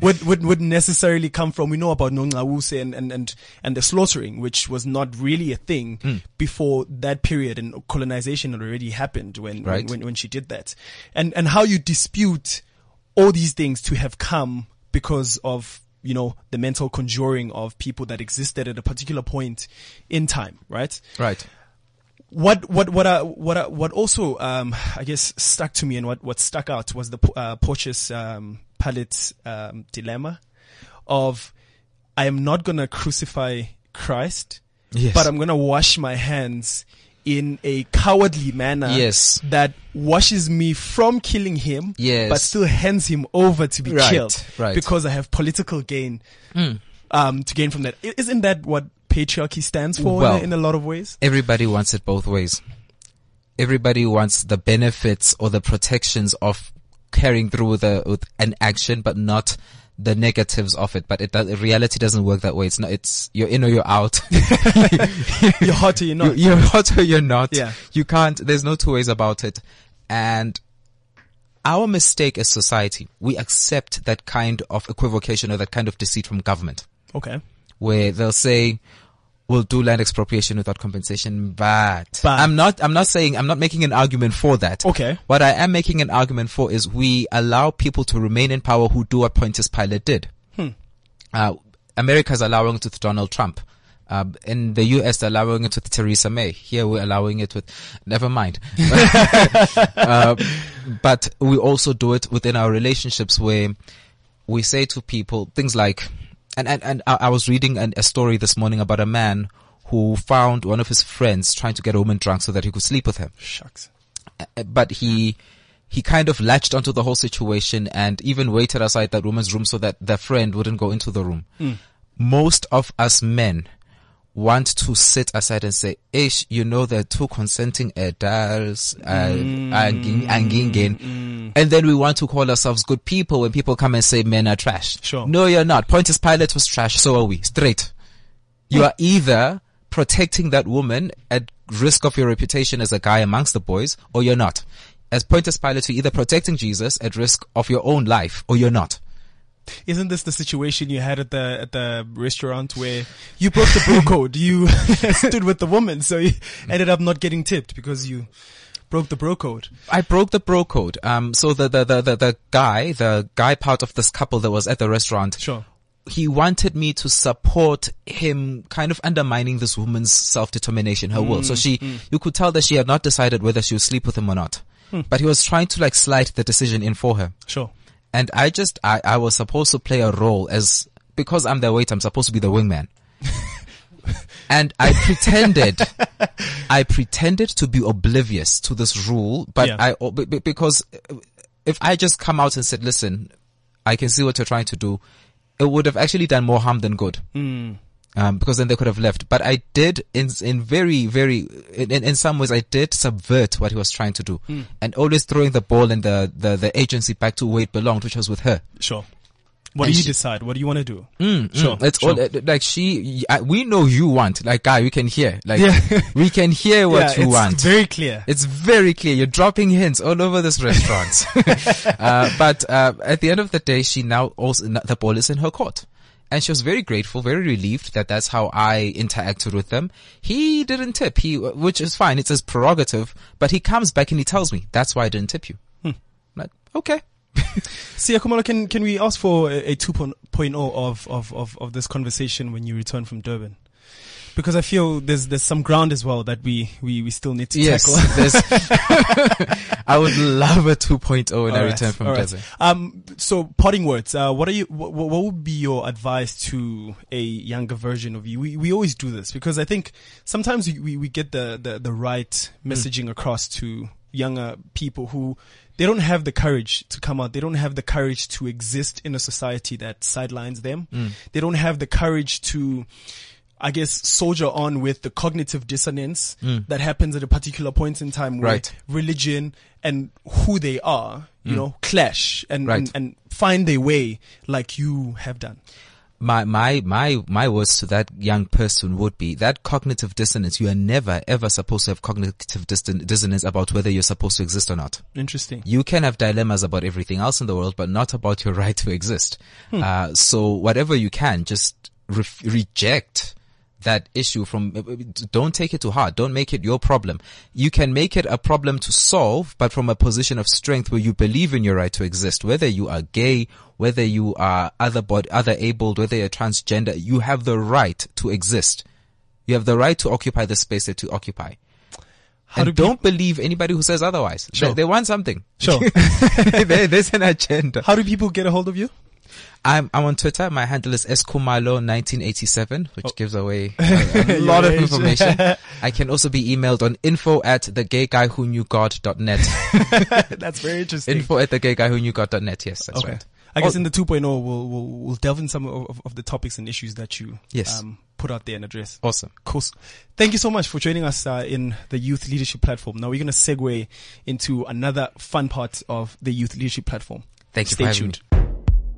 Speaker 9: would, would would necessarily come from. We know about Nongawuse and, and, and, and the slaughtering, which was not really a thing before that period, and colonization had already happened when,
Speaker 10: Right.
Speaker 9: when, when when she did that, and and how you dispute all these things to have come because of you know the mental conjuring of people that existed at a particular point in time, right?
Speaker 10: right.
Speaker 9: what what what I, what I, what also um, I guess stuck to me and what what stuck out was the P- uh, Porteous um, Pilate um, dilemma of I am not gonna crucify Christ,
Speaker 10: Yes.
Speaker 9: but I'm gonna wash my hands in a cowardly manner
Speaker 10: Yes.
Speaker 9: that washes me from killing him
Speaker 10: Yes.
Speaker 9: but still hands him over to be
Speaker 10: Right,
Speaker 9: killed
Speaker 10: right. Hmm.
Speaker 9: because I have political gain um, to gain from that. I- Isn't that what patriarchy stands for in a-
Speaker 10: Well,
Speaker 9: in a lot of ways?
Speaker 10: Everybody wants it both ways. Everybody wants the benefits or the protections of carrying through with, a, with an action, but not the negatives of it. But it, does- reality doesn't work that way. It's not, it's, you're in or you're out.
Speaker 9: You're hot or you're not.
Speaker 10: You, are hot or *laughs* you're not.
Speaker 9: Yeah.
Speaker 10: You can't, there's no two ways about it. And our mistake as society, we accept that kind of equivocation or that kind of deceit from government
Speaker 9: Okay.
Speaker 10: where they'll say, we'll do land expropriation without compensation, but,
Speaker 9: But-
Speaker 10: I'm not, I'm not saying, I'm not making an argument for that.
Speaker 9: Okay.
Speaker 10: What I am making an argument for is we allow people to remain in power who do what Pontius Pilate did. Uh, America's allowing it with Donald Trump. Um, in the US, they're allowing it with Theresa May. Here, we're allowing it with, never mind. *laughs* Uh, but we also do it within our relationships where we say to people things like, and, and, and I, I was reading an, a story this morning about a man who found one of his friends trying to get a woman drunk so that he could sleep with her
Speaker 9: Shucks.
Speaker 10: uh, but he he kind of latched onto the whole situation and even waited outside that woman's room so that their friend wouldn't go into the room. Most of us men want to sit aside and say, Ish, you know, there are two consenting adults, uh, angin- angingen." and then we want to call ourselves good people when people come and say men are trash.
Speaker 9: Sure.
Speaker 10: No, you're not. Pontius Pilate was trash. So are we. Straight. You are either protecting that woman at risk of your reputation as a guy amongst the boys, or you're not. As Pontius Pilate, you're either protecting Jesus at risk of your own life, or you're not.
Speaker 9: Isn't this the situation you had at the at the restaurant where you broke the bro code? You *laughs* stood with the woman, so you ended up not getting tipped because you broke the bro code.
Speaker 10: I broke the bro code. Um, so the, the, the, the, the guy, the guy part of this couple that was at the restaurant,
Speaker 9: Sure.
Speaker 10: he wanted me to support him kind of undermining this woman's self-determination, her will. So she, you could tell that she had not decided whether she would sleep with him or not. But he was trying to like slide the decision in for her.
Speaker 9: Sure.
Speaker 10: And I just, I, I was supposed to play a role as, because I'm the waiter, I'm supposed to be the wingman. and I pretended, I pretended to be oblivious to this rule, but
Speaker 9: Yeah.
Speaker 10: I, o- be- be- because if I just come out and said, listen, I can see what you're trying to do, it would have actually done more harm than good. Um, because then they could have left. But I did, in in very, very, in, in in some ways, I did subvert what he was trying to do, and always throwing the ball and the, the the agency back to where it belonged, which was with her.
Speaker 9: Sure. What
Speaker 10: And
Speaker 9: do you
Speaker 10: she-
Speaker 9: decide? What do you want to do?
Speaker 10: Mm, mm.
Speaker 9: Sure,
Speaker 10: It's
Speaker 9: sure.
Speaker 10: all uh, like she. I, we know you want. Like guy, we can hear. Like
Speaker 9: Yeah.
Speaker 10: *laughs* we can hear what
Speaker 9: yeah,
Speaker 10: you
Speaker 9: it's
Speaker 10: want.
Speaker 9: very clear.
Speaker 10: It's very clear. You're dropping hints all over this
Speaker 9: *laughs*
Speaker 10: restaurant. *laughs* uh, but uh, at the end of the day, she now also the ball is in her court. And she was very grateful, very relieved that that's how I interacted with them. He didn't tip, he, which is fine. It's his prerogative, but he comes back and he tells me, that's why I didn't tip you.
Speaker 9: Hmm.
Speaker 10: I'm like, okay.
Speaker 9: See, Akumalo, can, can we ask for a, a 2.0 of, of, of, of this conversation when you return from Durban? Because I feel there's, there's some ground as well that we, we, we still need to tackle. *laughs*
Speaker 10: Yes. there's- *laughs* I would love a 2.0 when I
Speaker 9: Alright,
Speaker 10: return from
Speaker 9: alright.
Speaker 10: Durban.
Speaker 9: Um, so parting words. Uh, what are you? What, what would be your advice to a younger version of you? We we always do this because I think sometimes we, we, we get the, the the right messaging across to younger people who they don't have the courage to come out. They don't have the courage to exist in a society that sidelines them. They don't have the courage to. I guess soldier on with the cognitive dissonance that happens at a particular point in time where
Speaker 10: Right.
Speaker 9: religion and who they are, you know, clash and,
Speaker 10: Mm. Right.
Speaker 9: and and find their way like you have done.
Speaker 10: my my my my words to that young person would be that cognitive dissonance. You are never ever supposed to have cognitive disson- dissonance about whether you're supposed to exist or not.
Speaker 9: Interesting.
Speaker 10: You can have dilemmas about everything else in the world, but not about your *laughs* right to exist. Uh, so whatever you can, just re- reject that issue from, uh, don't take it to heart. Don't make it your problem. You can make it a problem to solve, but from a position of strength where you believe in your right to exist, whether you are gay, whether you are other bod- other abled, whether you're transgender, you have the right to exist. You have the right to occupy the space that you occupy.
Speaker 9: do
Speaker 10: and
Speaker 9: peop-
Speaker 10: don't believe anybody who says otherwise. They-
Speaker 9: Sure.
Speaker 10: they want something *laughs*
Speaker 9: Sure. *laughs*
Speaker 10: there, there's an agenda.
Speaker 9: How do people get a hold of you? *laughs*
Speaker 10: I'm, I'm on Twitter. My handle is escomalo1987, which gives
Speaker 9: *laughs*
Speaker 10: away a, a lot of
Speaker 9: Oh. age.
Speaker 10: information.
Speaker 9: *laughs*
Speaker 10: I can also be emailed on info
Speaker 9: *laughs*
Speaker 10: at thegayguywhonewgod.net.
Speaker 9: That's very interesting.
Speaker 10: info at thegayguywhonewgod.net. Yes, that's
Speaker 9: okay.
Speaker 10: right.
Speaker 9: I guess
Speaker 10: Oh.
Speaker 9: in the 2.0 we'll, we'll we'll delve in some of, of- of the topics and issues that you um,
Speaker 10: Yes. Oh.
Speaker 9: put out there and address.
Speaker 10: Awesome.
Speaker 9: Cool. Thank you so much for joining us uh, in the Youth Leadership Platform. Now we're going to segue into another fun part of the Youth Leadership Platform.
Speaker 10: Thank you
Speaker 9: Stay
Speaker 10: for having
Speaker 9: tuned.
Speaker 10: me.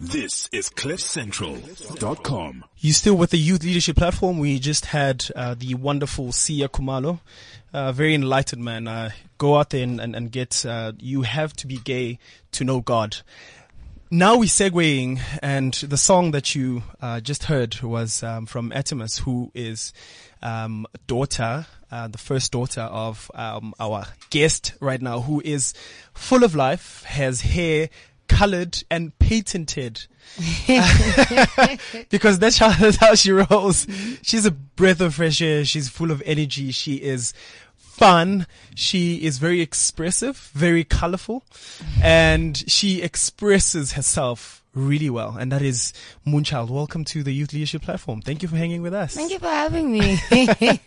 Speaker 1: This is CliffCentral.com.
Speaker 9: You're still with the Youth Leadership Platform. We just had uh, the wonderful Sia Kumalo, uh, very enlightened man. Uh, go out there and, and, and get, uh, you have to be gay to know God. Now we're segueing, and the song that you uh, just heard was um, from Atimus, who is um, daughter, uh, the first daughter of um, our guest right now, who is full of life, has hair colored and patented because that's how, *laughs* that's how she rolls. She's a breath of fresh air. She's full of energy. She is fun. She is very expressive, very colorful, and she expresses herself really well. And that is Moonchild. Welcome to the Youth Leadership Platform. Thank you for hanging with us.
Speaker 11: Thank you for having me. *laughs*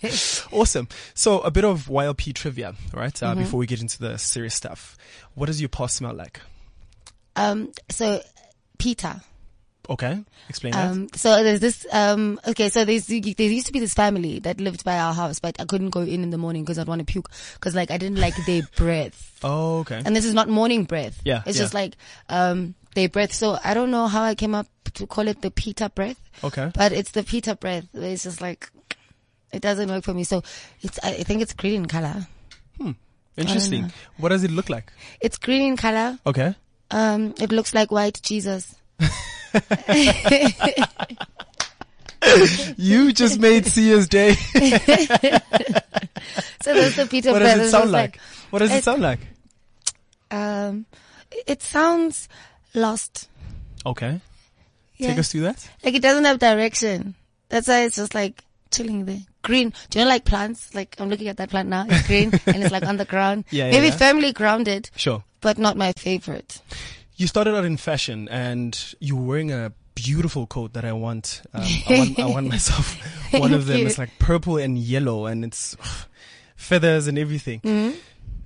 Speaker 9: Awesome. So a bit of YLP trivia, right?
Speaker 11: Mm-hmm.
Speaker 9: Uh, Before we get into the serious stuff. What does your past smell like?
Speaker 11: um, so Peter.
Speaker 9: Okay. Explain that.
Speaker 11: Um, so there's this. Um, okay, so there's there used to be this family that lived by our house, but I couldn't go in in the morning because I'd want to puke because like I didn't like
Speaker 9: *laughs*
Speaker 11: their breath,
Speaker 9: Oh, okay.
Speaker 11: and this is not morning breath.
Speaker 9: Yeah,
Speaker 11: it's
Speaker 9: yeah.
Speaker 11: just like um their breath. So I don't know how I came up to call it the Peter breath,
Speaker 9: Okay.
Speaker 11: but it's the Peter breath. where It's just like it doesn't work for me. So it's I I think it's green in color.
Speaker 9: Interesting. What does it look like?
Speaker 11: It's green in color.
Speaker 9: Okay.
Speaker 11: Um, it looks like white Jesus.
Speaker 9: You just
Speaker 11: *laughs*
Speaker 9: made Sia's day.
Speaker 11: So that's
Speaker 9: *laughs*
Speaker 11: the Peter
Speaker 9: what
Speaker 11: breath.
Speaker 9: does it
Speaker 11: It's
Speaker 9: sound
Speaker 11: just
Speaker 9: like? What does it
Speaker 11: It's-
Speaker 9: sound like?
Speaker 11: Um, it sounds lost.
Speaker 9: Okay.
Speaker 11: Yeah.
Speaker 9: Take us through that.
Speaker 11: like it doesn't have direction. That's why it's just like chilling there. Green. Do you know like plants? Like I'm looking at that plant now.
Speaker 9: *laughs*
Speaker 11: It's green and it's like on the ground.
Speaker 9: Yeah, yeah,
Speaker 11: Maybe
Speaker 9: yeah.
Speaker 11: family grounded,
Speaker 9: Sure.
Speaker 11: but not my favorite.
Speaker 9: You started out in fashion and you were wearing a beautiful coat that I want. Um, I, want I
Speaker 11: *laughs*
Speaker 9: want myself one of them. *sighs*
Speaker 11: you. Mm-hmm.
Speaker 9: It's like purple and yellow and it's feathers and everything.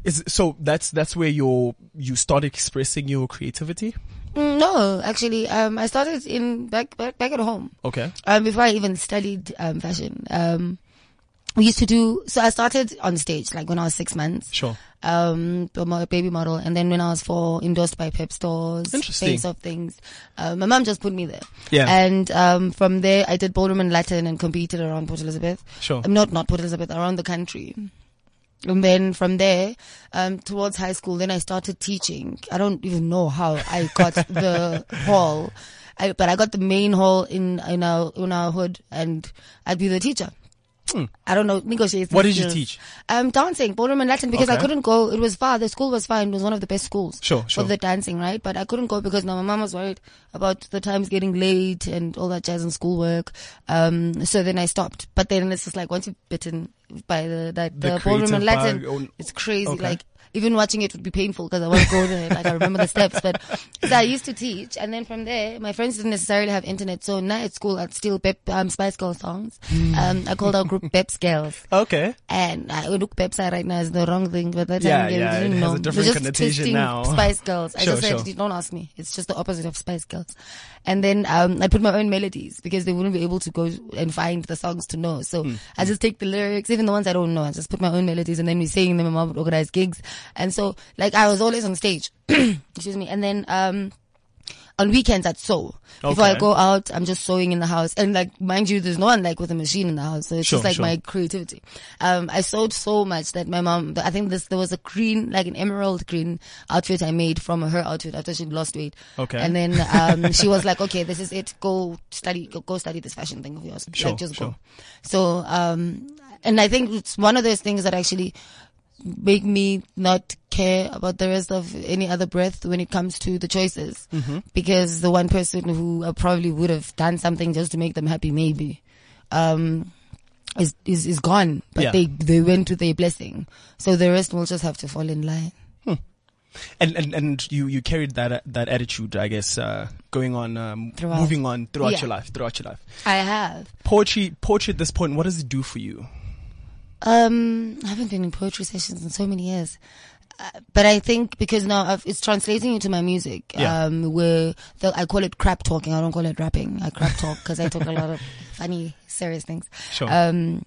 Speaker 9: Is so that's that's where your you start expressing your creativity.
Speaker 11: Mm, No, actually, um, I started in back back back at home.
Speaker 9: Okay.
Speaker 11: Um, before I even studied um, fashion, um, we used to do. So I started on stage like when I was six months.
Speaker 9: Sure.
Speaker 11: Um, I'm a baby model, and then when I was four, endorsed by Pep Stores.
Speaker 9: Interesting.
Speaker 11: Face of things. Um, my mom just put me there.
Speaker 9: Yeah.
Speaker 11: And um, from there, I did ballroom and Latin and competed around Port Elizabeth.
Speaker 9: Sure.
Speaker 11: Um, not not Port Elizabeth, around the country. And then from there, um, towards high school, then I started teaching. I don't even know how I
Speaker 9: *laughs*
Speaker 11: got the hall, I, but I got the main hall in in our in our hood, and I'd be the teacher.
Speaker 9: Hmm.
Speaker 11: I don't know negotiate.
Speaker 9: What did you teach?
Speaker 11: Um, dancing, ballroom and Latin, because I
Speaker 9: Okay.
Speaker 11: couldn't go. It was far. The school was far. It was one of the best schools
Speaker 9: Sure,
Speaker 11: for
Speaker 9: sure.
Speaker 11: the dancing, right? But I couldn't go because now my mom was worried about the times getting late and all that jazz and schoolwork. Um, so then I stopped. But then it's just like once you've bitten by the that
Speaker 9: The
Speaker 11: the, ballroom
Speaker 9: creative
Speaker 11: and Latin,
Speaker 9: bug on-
Speaker 11: it's crazy.
Speaker 9: Okay.
Speaker 11: Like even watching it would be painful because I won't go there. Like I remember the steps, but so I used to teach, and then from there, my friends didn't necessarily have internet. So now at school, I'd steal Bep, um, Spice Girl songs.
Speaker 9: Hmm.
Speaker 11: Um, I called our
Speaker 9: *laughs*
Speaker 11: group Beps Girls.
Speaker 9: Okay.
Speaker 11: And I look Pepsi right now is the wrong thing, but that
Speaker 9: Yeah,
Speaker 11: time they
Speaker 9: yeah,
Speaker 11: didn't
Speaker 9: it has a
Speaker 11: know. They're
Speaker 9: different
Speaker 11: just
Speaker 9: connotation
Speaker 11: twisting
Speaker 9: now.
Speaker 11: Spice Girls. I
Speaker 9: Sure,
Speaker 11: just
Speaker 9: sure.
Speaker 11: said, don't ask me. It's just the opposite of Spice Girls. And then um, I put my own melodies because they wouldn't be able to go and find the songs to know. So
Speaker 9: Hmm,
Speaker 11: I just take the lyrics, even the ones I don't know. I just put my own melodies, and then we sing them. My mom would organize gigs, and so like I was always on stage. *clears throat* Excuse me. And then um, on weekends I'd sew. Before I
Speaker 12: Okay.
Speaker 11: go out, I'm just sewing in the house. And like, mind you, there's no one like with a machine in the house. So it's
Speaker 12: Sure,
Speaker 11: just like
Speaker 12: sure.
Speaker 11: my creativity. Um, I sewed so much that my mom, I think this, there was a green, like an emerald green outfit I made from her outfit after she'd lost weight.
Speaker 12: Okay.
Speaker 11: And then, um,
Speaker 12: *laughs*
Speaker 11: she was like, okay, this is it. Go study, go, go study this fashion thing of yours.
Speaker 12: Sure,
Speaker 11: like, just
Speaker 12: sure.
Speaker 11: go. So, um, and I think it's one of those things that actually make me not care about the rest of any other breath when it comes to the choices.
Speaker 12: Mhm.
Speaker 11: Because the one person who I probably would have done something just to make them happy, maybe, um, is, is, is gone. But
Speaker 9: Yeah.
Speaker 11: they, they went with their blessing. So the rest will just have to fall in line.
Speaker 9: And and and you you carried that that attitude, I guess, uh, going on, um,
Speaker 11: Throughout.
Speaker 9: moving on throughout
Speaker 11: Yeah.
Speaker 9: your life, throughout your life.
Speaker 11: I have.
Speaker 9: Poetry, poetry at this point, what does it do for you?
Speaker 11: Um, I haven't been in poetry sessions in so many years. Uh, But I think because now I've, it's translating into my music,
Speaker 12: Yeah.
Speaker 11: um, where the, I call it crap talking. I don't call it rapping. I crap talk because I talk a lot of
Speaker 12: *laughs*
Speaker 11: funny, serious things.
Speaker 12: Sure.
Speaker 11: Um,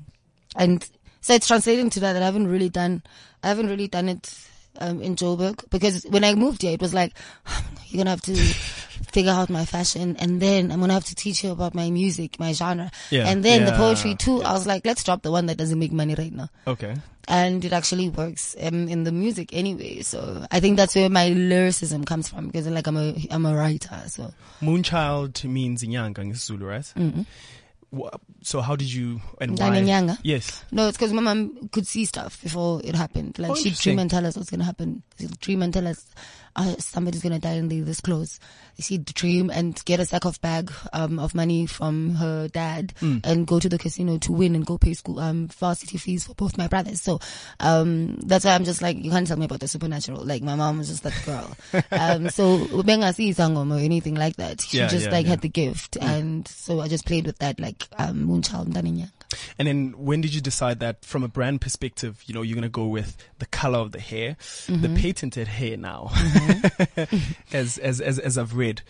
Speaker 11: and so it's translating to that. that I haven't really done. I haven't really done it um, in Joburg because when I moved here, it was like *sighs* you're gonna have
Speaker 12: *laughs*
Speaker 11: to figure out my fashion, and then I'm gonna have to teach you about my music, my genre,
Speaker 12: Yeah.
Speaker 11: and then the
Speaker 12: Yeah.
Speaker 11: poetry too. I was like, let's drop the one that doesn't make money right now
Speaker 9: Okay.
Speaker 11: and it actually works um, in the music anyway. So I think that's where my lyricism comes from because like I'm a I'm a writer. So
Speaker 9: Moonchild means inyanga in Zulu, right?
Speaker 11: Mhm.
Speaker 9: Wha- So how did you and
Speaker 11: Ngane
Speaker 9: why?
Speaker 11: nyanga.
Speaker 9: Yes.
Speaker 11: No, it's because my mom could see stuff before it happened. Like
Speaker 12: Oh,
Speaker 11: she'd
Speaker 12: interesting.
Speaker 11: dream and tell us what's gonna happen. She'd dream and tell us uh, somebody's gonna die and they're this close. She'd dream and get a sack of bag um, of money from her dad
Speaker 9: Hmm.
Speaker 12: Mm.
Speaker 11: and go to the casino to win and go pay school um varsity fees for both my brothers. So um that's why I'm just like you can't tell me about the supernatural. Like my mom was just that
Speaker 9: *laughs*
Speaker 11: girl. um so Ubenga see sangoma or anything like that. She
Speaker 9: Yeah,
Speaker 11: just
Speaker 9: yeah,
Speaker 11: like
Speaker 9: yeah.
Speaker 11: had the gift
Speaker 9: Mm.
Speaker 11: and so I just played with that like um Moonchild Ndaninya.
Speaker 9: And then when did you decide that from a brand perspective, you know, you're going to go with the color of the hair, the
Speaker 11: Mhm.
Speaker 9: patented hair now,
Speaker 11: Mm-hmm.
Speaker 9: *laughs* as, as, as, as I've read.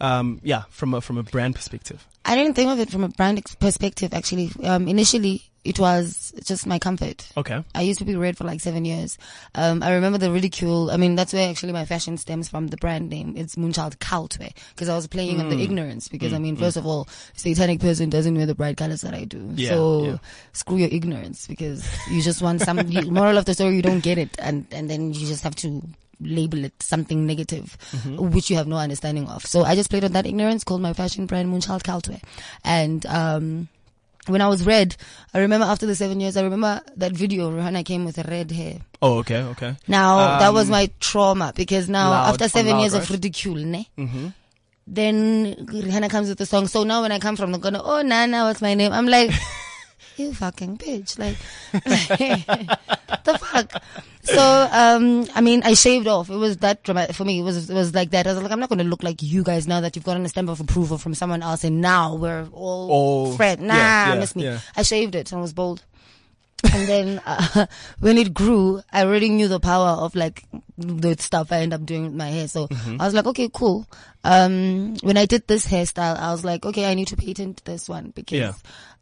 Speaker 9: Um, yeah, from a, from a brand perspective.
Speaker 11: I didn't think of it from a brand ex- perspective, actually. Um, initially, it was just my comfort.
Speaker 9: Okay.
Speaker 11: I used to be red for like seven years. Um, I remember the ridicule. I mean, that's where actually my fashion stems from the brand name. It's Moonchild Cultway. Because I was playing on
Speaker 12: Mm.
Speaker 11: the ignorance. Because I mean,
Speaker 12: Mm,
Speaker 11: first
Speaker 12: mm.
Speaker 11: of all, satanic person doesn't wear the bright colors that I do.
Speaker 12: Yeah,
Speaker 11: so
Speaker 12: yeah.
Speaker 11: screw your ignorance because you just want some, you, moral of the story, you don't get it. And, and then you just have to label it something negative,
Speaker 12: Mhm.
Speaker 11: which you have no understanding of. So I just played on that ignorance, called my fashion brand Moonchild Cultway. And, um, when I was red, I remember after the seven years, I remember that video Rihanna came with red hair.
Speaker 9: Oh, okay. Okay.
Speaker 11: Now that was
Speaker 9: Um,
Speaker 11: my trauma because now
Speaker 9: Loud,
Speaker 11: after
Speaker 9: on
Speaker 11: seven
Speaker 9: Loud,
Speaker 11: years
Speaker 9: right?
Speaker 11: of ridicule, ne?
Speaker 9: Mhm.
Speaker 11: Then Rihanna comes with the song. So now when I come from the corner, oh Nana, what's my name? I'm
Speaker 9: *laughs*
Speaker 11: like, you fucking bitch, like, *laughs* the fuck. So um, I mean, I shaved off. It was that dramatic for me. It was it was like that. I was like, I'm not gonna look like you guys now that you've gotten a stamp of approval from someone else, and now we're all
Speaker 9: Oh,
Speaker 11: friend. Nah,
Speaker 9: yeah, yeah,
Speaker 11: miss me.
Speaker 9: yeah.
Speaker 11: I shaved it and was bold. and then uh, *laughs* when it grew, I already knew the power of like the stuff I end up doing with my hair. So
Speaker 12: Mhm.
Speaker 9: Mm-hmm.
Speaker 11: I was like, okay, cool. Um, when I did this hairstyle, I was like, okay, I need to patent this one because
Speaker 9: Yeah.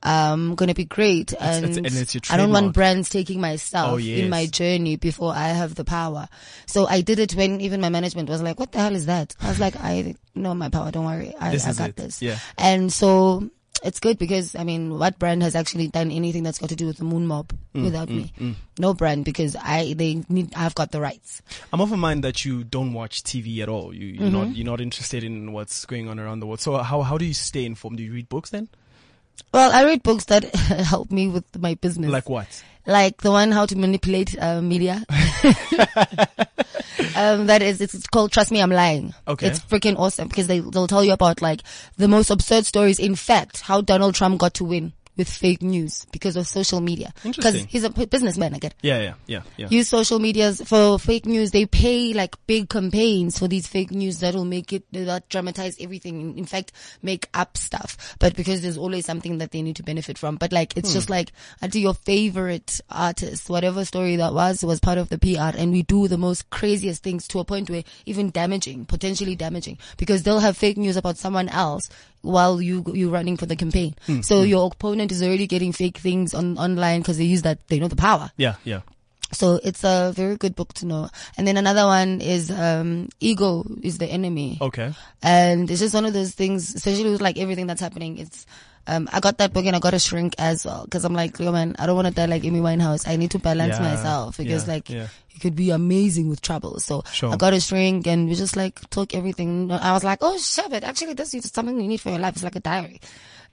Speaker 11: I'm gonna be great.
Speaker 9: It's-
Speaker 11: And,
Speaker 9: it's- and it's your
Speaker 11: I don't
Speaker 9: trademark.
Speaker 11: want brands taking my stuff
Speaker 9: Oh,
Speaker 11: in my
Speaker 9: yes.
Speaker 11: journey before I have the power. So I did it when even my management was like, what the hell is that? I was like, I know my power. Don't worry. I,
Speaker 13: This
Speaker 11: I
Speaker 13: is
Speaker 11: got
Speaker 13: it.
Speaker 11: this.
Speaker 13: Yeah.
Speaker 11: And so it's good because I mean, what brand has actually done anything that's got to do with the moon mob
Speaker 9: Mm,
Speaker 11: without
Speaker 9: mm,
Speaker 11: me?
Speaker 9: mm.
Speaker 11: No brand because I they need I've got the rights.
Speaker 9: I'm of a mind that you don't watch TV at all. You, you're not you're not interested in what's going on around the world. So how how do you stay informed? Do you read books then?
Speaker 11: Well, I read books that *laughs* help me with my business.
Speaker 9: Like what?
Speaker 11: Like the one how to manipulate uh, media. um, that is, it's called Trust Me, I'm Lying.
Speaker 13: Okay.
Speaker 11: It's freaking awesome because they, they'll tell you about like the most absurd stories. In fact, how Donald Trump got to win with fake news because of social media. Because
Speaker 9: Interesting.
Speaker 11: he's a p- businessman again.
Speaker 9: Yeah, yeah, yeah, yeah.
Speaker 11: Use social medias for fake news. They pay like big campaigns for these fake news that'll make it, that dramatize everything. In- In fact, make up stuff. But because there's always something that they need to benefit from. But like, it's
Speaker 13: Hmm.
Speaker 11: just like, until your favorite artist, whatever story that was, was part of the PR. And we do the most craziest things to a point where even damaging, potentially damaging, because they'll have fake news about someone else while you you're running for the campaign.
Speaker 9: Hmm,
Speaker 11: So
Speaker 9: hmm.
Speaker 11: your opponent is already getting fake things on online because they use that they know the power.
Speaker 9: Yeah, yeah.
Speaker 11: So it's a very good book to know. And then another one is um Ego is the Enemy.
Speaker 9: Okay.
Speaker 11: And it's just one of those things, especially with like everything that's happening. It's um I got that book and I got a shrink as well because I'm like, yo man, I don't want to die like Amy Winehouse. I need to balance
Speaker 13: Yeah,
Speaker 11: myself because
Speaker 13: yeah,
Speaker 11: like
Speaker 13: yeah.
Speaker 11: it could be amazing with trouble. So
Speaker 13: Sure.
Speaker 11: I got a shrink and we just like took everything. I was like, oh shit, but actually this is something you need for your life. It's like a diary.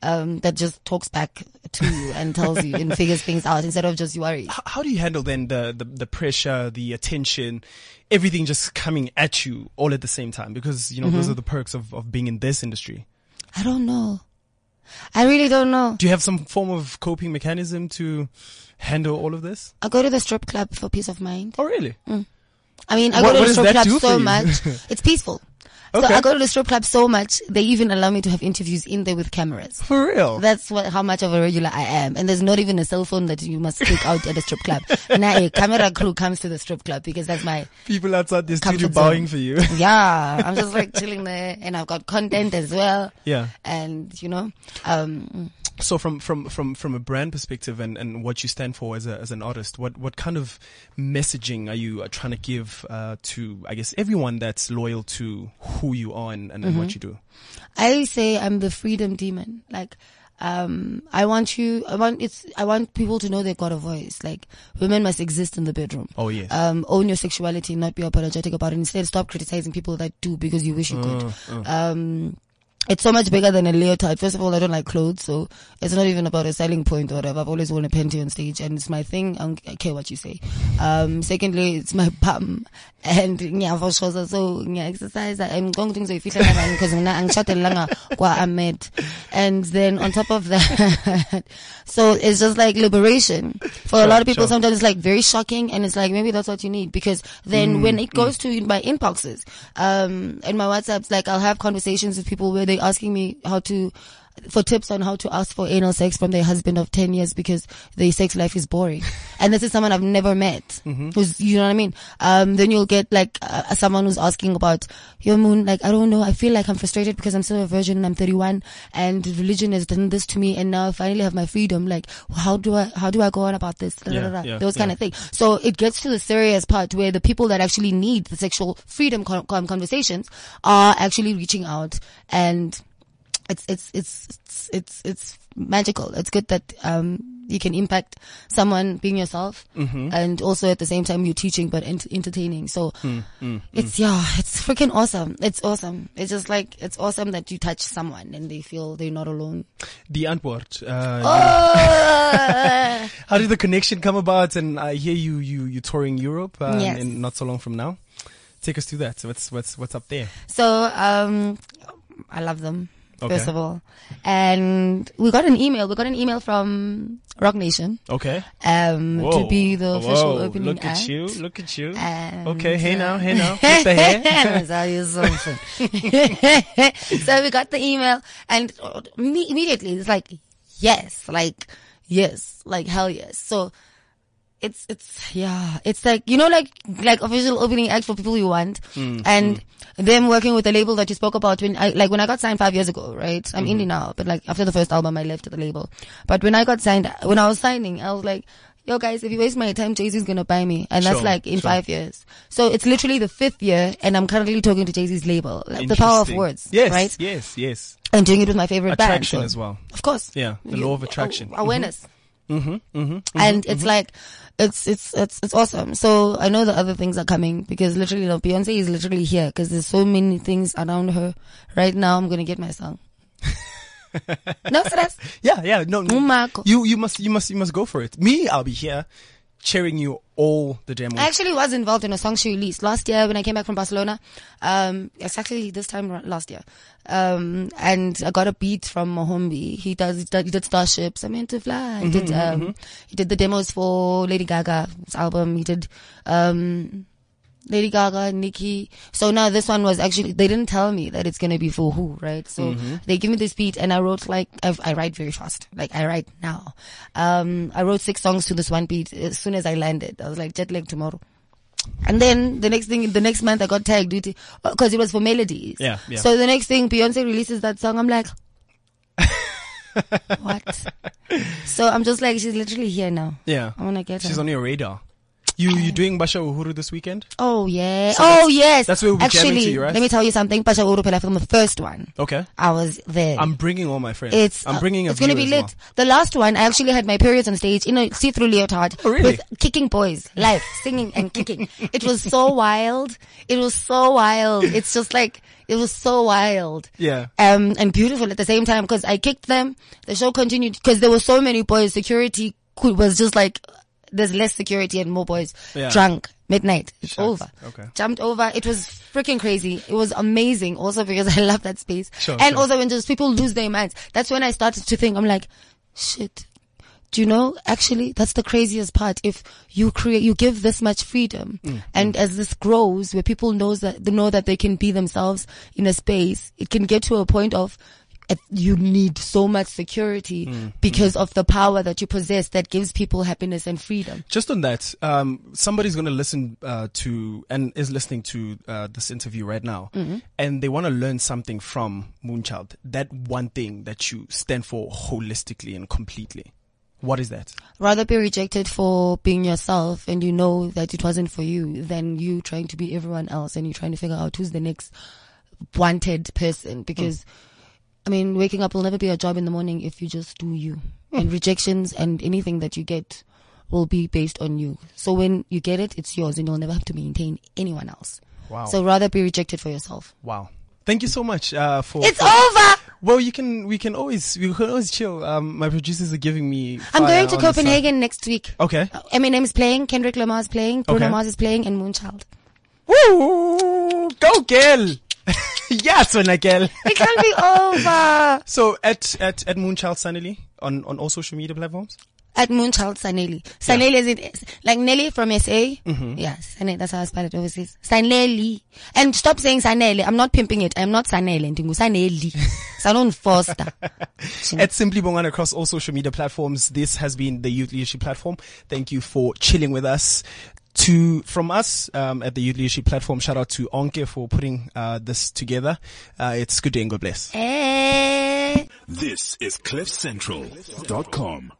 Speaker 11: Um, that just talks back to you and tells
Speaker 13: *laughs*
Speaker 11: you and figures things out instead of just you worry.
Speaker 9: H- How do you handle then the, the the pressure, the attention, everything just coming at you all at the same time? Because you know those
Speaker 11: Mhm.
Speaker 9: are the perks of of being in this industry.
Speaker 11: I don't know. I really don't know.
Speaker 9: Do you have some form of coping mechanism to handle all of this?
Speaker 11: I go to the strip club for peace of mind.
Speaker 9: Oh, really?
Speaker 11: Mm. I mean, I
Speaker 9: What- what
Speaker 11: go to the
Speaker 9: does that
Speaker 11: strip club
Speaker 9: do for
Speaker 11: so
Speaker 9: you?
Speaker 11: much.
Speaker 9: *laughs*
Speaker 11: It's peaceful. So
Speaker 9: Okay.
Speaker 11: I go to the strip club so much, they even allow me to have interviews in there with cameras.
Speaker 9: For real?
Speaker 11: That's what, how much of a regular I am. And there's not even a cell phone that you must take out at a
Speaker 9: *laughs*
Speaker 11: strip club. now a camera crew comes to the strip club because that's my
Speaker 9: People outside this
Speaker 11: comfort
Speaker 9: studio
Speaker 11: zone.
Speaker 9: bowing for you. *laughs*
Speaker 11: *laughs* yeah. I'm just like chilling there and I've got content as well.
Speaker 9: Yeah.
Speaker 11: And, you know, um,
Speaker 9: So from, from, from, from a brand perspective and, and what you stand for as, a, as an artist, what, what kind of messaging are you uh, trying to give uh, to, I guess, everyone that's loyal to who you are and, and, and what
Speaker 11: Mhm.
Speaker 9: you do?
Speaker 11: I say I'm the freedom demon. Like, um, I want you, I want, it's, I want people to know they've got a voice. Like, women must exist in the bedroom.
Speaker 9: Oh, yes.
Speaker 11: Um, own your sexuality, not be apologetic about it. Instead, stop criticizing people that do because you
Speaker 9: Oh.
Speaker 11: wish you
Speaker 13: Uh,
Speaker 11: could.
Speaker 13: uh.
Speaker 11: Um, it's so much bigger than a leotard. First of all, I don't like clothes, so it's not even about a selling point or whatever. I've always worn a panty on stage, and it's my thing. I don't care what you say. Um, secondly, it's my bum, and yeah, for sure. So, so yeah, exercise. I'm going to if you because I'm not I'm mad. And then on top of that, *laughs* so it's just like liberation for a
Speaker 13: Sure,
Speaker 11: lot of people.
Speaker 13: sure.
Speaker 11: Sometimes it's like very shocking, and it's like maybe that's what you need because then
Speaker 13: Mm,
Speaker 11: when it goes to my inboxes um and my whatsapps like i'll have conversations with people where they're asking me how to for tips on how to ask for anal sex from their husband of 10 years because their sex life
Speaker 13: *laughs*
Speaker 11: is boring and this is someone i've never met
Speaker 13: Mhm.
Speaker 11: who's you know what i mean um then you'll get like uh, someone who's asking about your moon like i don't know i feel like i'm frustrated because i'm still a virgin and i'm 31 and religion has done this to me and now i finally have my freedom like how do i how do i go on about this Da, da, da,
Speaker 13: Yeah,
Speaker 11: da.
Speaker 13: yeah,
Speaker 11: those kind
Speaker 13: yeah.
Speaker 11: of thing. So it gets to the serious part where the people that actually need the sexual freedom con- con- conversations are actually reaching out, and it's it's it's it's it's, it's magical. It's good that um, you can impact someone being yourself,
Speaker 9: Mm-hmm.
Speaker 13: Mhm.
Speaker 11: and also at the same time you're teaching but ent- entertaining. So
Speaker 13: Mm, mm,
Speaker 11: it's
Speaker 13: mm.
Speaker 11: yeah, it's freaking awesome. It's awesome. It's just like it's awesome that you touch someone and they feel they're not alone.
Speaker 9: The Antwoord. Uh,
Speaker 11: Oh!
Speaker 9: how did the connection come about? And I hear you, you, you're touring Europe um,
Speaker 11: Yes.
Speaker 9: in not so long from now. Take us through that. What's, what's, what's up there?
Speaker 11: *laughs* So um, I love them
Speaker 9: Okay.
Speaker 11: first of all, and we got an email. We got an email from Rock Nation.
Speaker 9: Okay.
Speaker 11: Um, to
Speaker 9: Whoa.
Speaker 11: be the official
Speaker 9: Whoa,
Speaker 11: opening
Speaker 9: Look
Speaker 11: act.
Speaker 9: at you. Look at you.
Speaker 11: And,
Speaker 9: okay. Hey
Speaker 11: uh,
Speaker 9: now. Hey
Speaker 11: *laughs*
Speaker 9: now. With the hair.
Speaker 11: Let me tell you something. *laughs* so we got the email, and uh, me- immediately it's like, yes, like yes, like hell yes. So it's it's yeah it's like you know like like official opening act for people you want
Speaker 12: Mm,
Speaker 11: and them working with the label that you spoke about when I like when I got signed five years ago right I'm
Speaker 12: Mhm.
Speaker 11: indie now but like after the first album I left the label but when I got signed when I was signing I was like yo guys if you waste my time Jay Z's gonna buy me and that's
Speaker 12: Sure,
Speaker 11: like in
Speaker 12: sure.
Speaker 11: five years so it's literally the fifth year and I'm currently talking to Jay Z's label like the power of
Speaker 9: Interesting.
Speaker 11: words
Speaker 9: Yes,
Speaker 11: right
Speaker 9: yes, yes.
Speaker 11: and doing it with my favorite band
Speaker 9: attraction
Speaker 11: so-
Speaker 9: as well.
Speaker 11: of course
Speaker 9: Yeah, the
Speaker 11: You-
Speaker 9: law of attraction.
Speaker 11: aw- awareness
Speaker 9: Mm-hmm. Mm-hmm.
Speaker 11: and it's like it's it's it's it's awesome. So I know the other things are coming because literally, no, Beyonce is literally here because there's so many things around her. Right now, I'm gonna get
Speaker 9: *laughs*
Speaker 11: my song. no stress.
Speaker 9: Yeah, yeah. No, no. You you must you must you must go for it. Me, I'll be here cheering you all the damn week.
Speaker 11: I actually was involved in a song she released last year when I came back from Barcelona. Um, it's actually this time ra- last year. Um, and I got a beat from Mohombi. He does, he did, he did Starships. I'm meant to fly. He did,
Speaker 12: Mhm,
Speaker 11: um,
Speaker 12: mhm.
Speaker 11: he did the demos for Lady Gaga's album. He did, um, Lady Gaga, Nicki. So now this one was actually, they didn't tell me that it's going to be for who, right? So
Speaker 12: Mhm.
Speaker 11: they give me this beat and I wrote like, i I write very fast. Like I write now. Um, I wrote six songs to this one beat as soon as I landed. I was like jet lag tomorrow. And then the next thing, the next month I got tagged with it because it was for melodies.
Speaker 12: Yeah, yeah.
Speaker 11: So the next thing Beyonce releases that song,
Speaker 12: *laughs*
Speaker 11: I'm like, what? So I'm just like, she's literally here now.
Speaker 9: Yeah.
Speaker 11: I wanna get
Speaker 9: She's
Speaker 11: her.
Speaker 9: on your radar. You you doing Basha Uhuru this weekend?
Speaker 11: Oh yeah.
Speaker 9: So
Speaker 11: oh
Speaker 9: that's-
Speaker 11: yes.
Speaker 9: that's where we'll be jamming
Speaker 11: Actually,
Speaker 9: to you, right?
Speaker 11: let me tell you something. Pasha Urupela from the first one.
Speaker 9: Okay.
Speaker 11: I was there.
Speaker 9: I'm bringing all my friends.
Speaker 11: It's
Speaker 9: I'm bringing a
Speaker 11: it's gonna
Speaker 9: view
Speaker 11: be
Speaker 9: as
Speaker 11: lit. The last one, I actually had my periods on stage in a see-through leotard
Speaker 9: Oh,
Speaker 11: with kicking boys live *laughs* singing and kicking. It was so wild. It was so wild. It's just like it was so wild.
Speaker 9: Yeah.
Speaker 11: Um, and beautiful at the same time because I kicked them. The show continued because there were so many boys. Security could, was just like there's less security and more boys
Speaker 12: Yeah.
Speaker 11: drunk midnight. It's
Speaker 12: Shucks.
Speaker 11: over
Speaker 12: Okay.
Speaker 11: jumped over. It was freaking crazy. It was amazing also because *laughs* I love that space.
Speaker 12: Sure,
Speaker 11: and
Speaker 12: sure.
Speaker 11: also when just people lose their minds. That's when I started to think, I'm like, shit. Do you know, actually, that's the craziest part. If you create, you give this much freedom
Speaker 12: Mm,
Speaker 11: and as this grows where people knows that, they know that they can be themselves in a space, it can get to a point of uh, you need so much security
Speaker 9: Mm,
Speaker 11: because of the power that you possess that gives people happiness and freedom.
Speaker 9: Just on that, um, somebody's going to listen uh, to and is listening to uh, this interview right now,
Speaker 11: Mhm.
Speaker 9: and they want to learn something from Moonchild. That one thing that you stand for holistically and completely. What is that?
Speaker 11: rather be rejected for being yourself and you know that it wasn't for you than you trying to be everyone else and you trying to figure out who's the next wanted person because I mean waking up will never be a job in the morning if you just do you
Speaker 9: Hmm.
Speaker 11: and rejections and anything that you get will be based on you so when you get it it's yours and you'll never have to maintain anyone else
Speaker 9: Wow.
Speaker 11: so rather be rejected for yourself
Speaker 9: Wow. Thank you so much uh, for.
Speaker 11: It's
Speaker 9: for-
Speaker 11: over!
Speaker 9: Well, you can we can always we can always chill. Um, my producers are giving me.
Speaker 11: I'm
Speaker 9: fire on
Speaker 11: going to
Speaker 9: the side.
Speaker 11: Copenhagen Uh, next week
Speaker 9: Okay.
Speaker 11: Eminem is playing Kendrick Lamar is playing Bruno
Speaker 9: Okay.
Speaker 11: Mars is playing and Moonchild
Speaker 9: Woo! Go, girl! *laughs* yes, when I girl.
Speaker 11: It can't be over.
Speaker 9: So at at at Moonchild Sanily on on all social media platforms.
Speaker 11: At Moonchild Saneli. Saneli is it like Nelly from SA?
Speaker 9: Mhm.
Speaker 11: Yeah, Saneli, that's how I spell it overseas. Saneli. And stop saying Saneli. I'm not pimping it. I'm not Saneli. Ndingu *laughs* Saneli. Sanon Foster.
Speaker 9: At Simply Bongan across all social media platforms. This has been the Youth Leadership Platform. Thank you for chilling with us. To from us um, at the Youth Leadership Platform, shout out to Onke for putting uh, this together. Uh,
Speaker 11: Eh.
Speaker 9: it's good day and God bless.
Speaker 11: Hey.
Speaker 1: This is CliffCentral.com.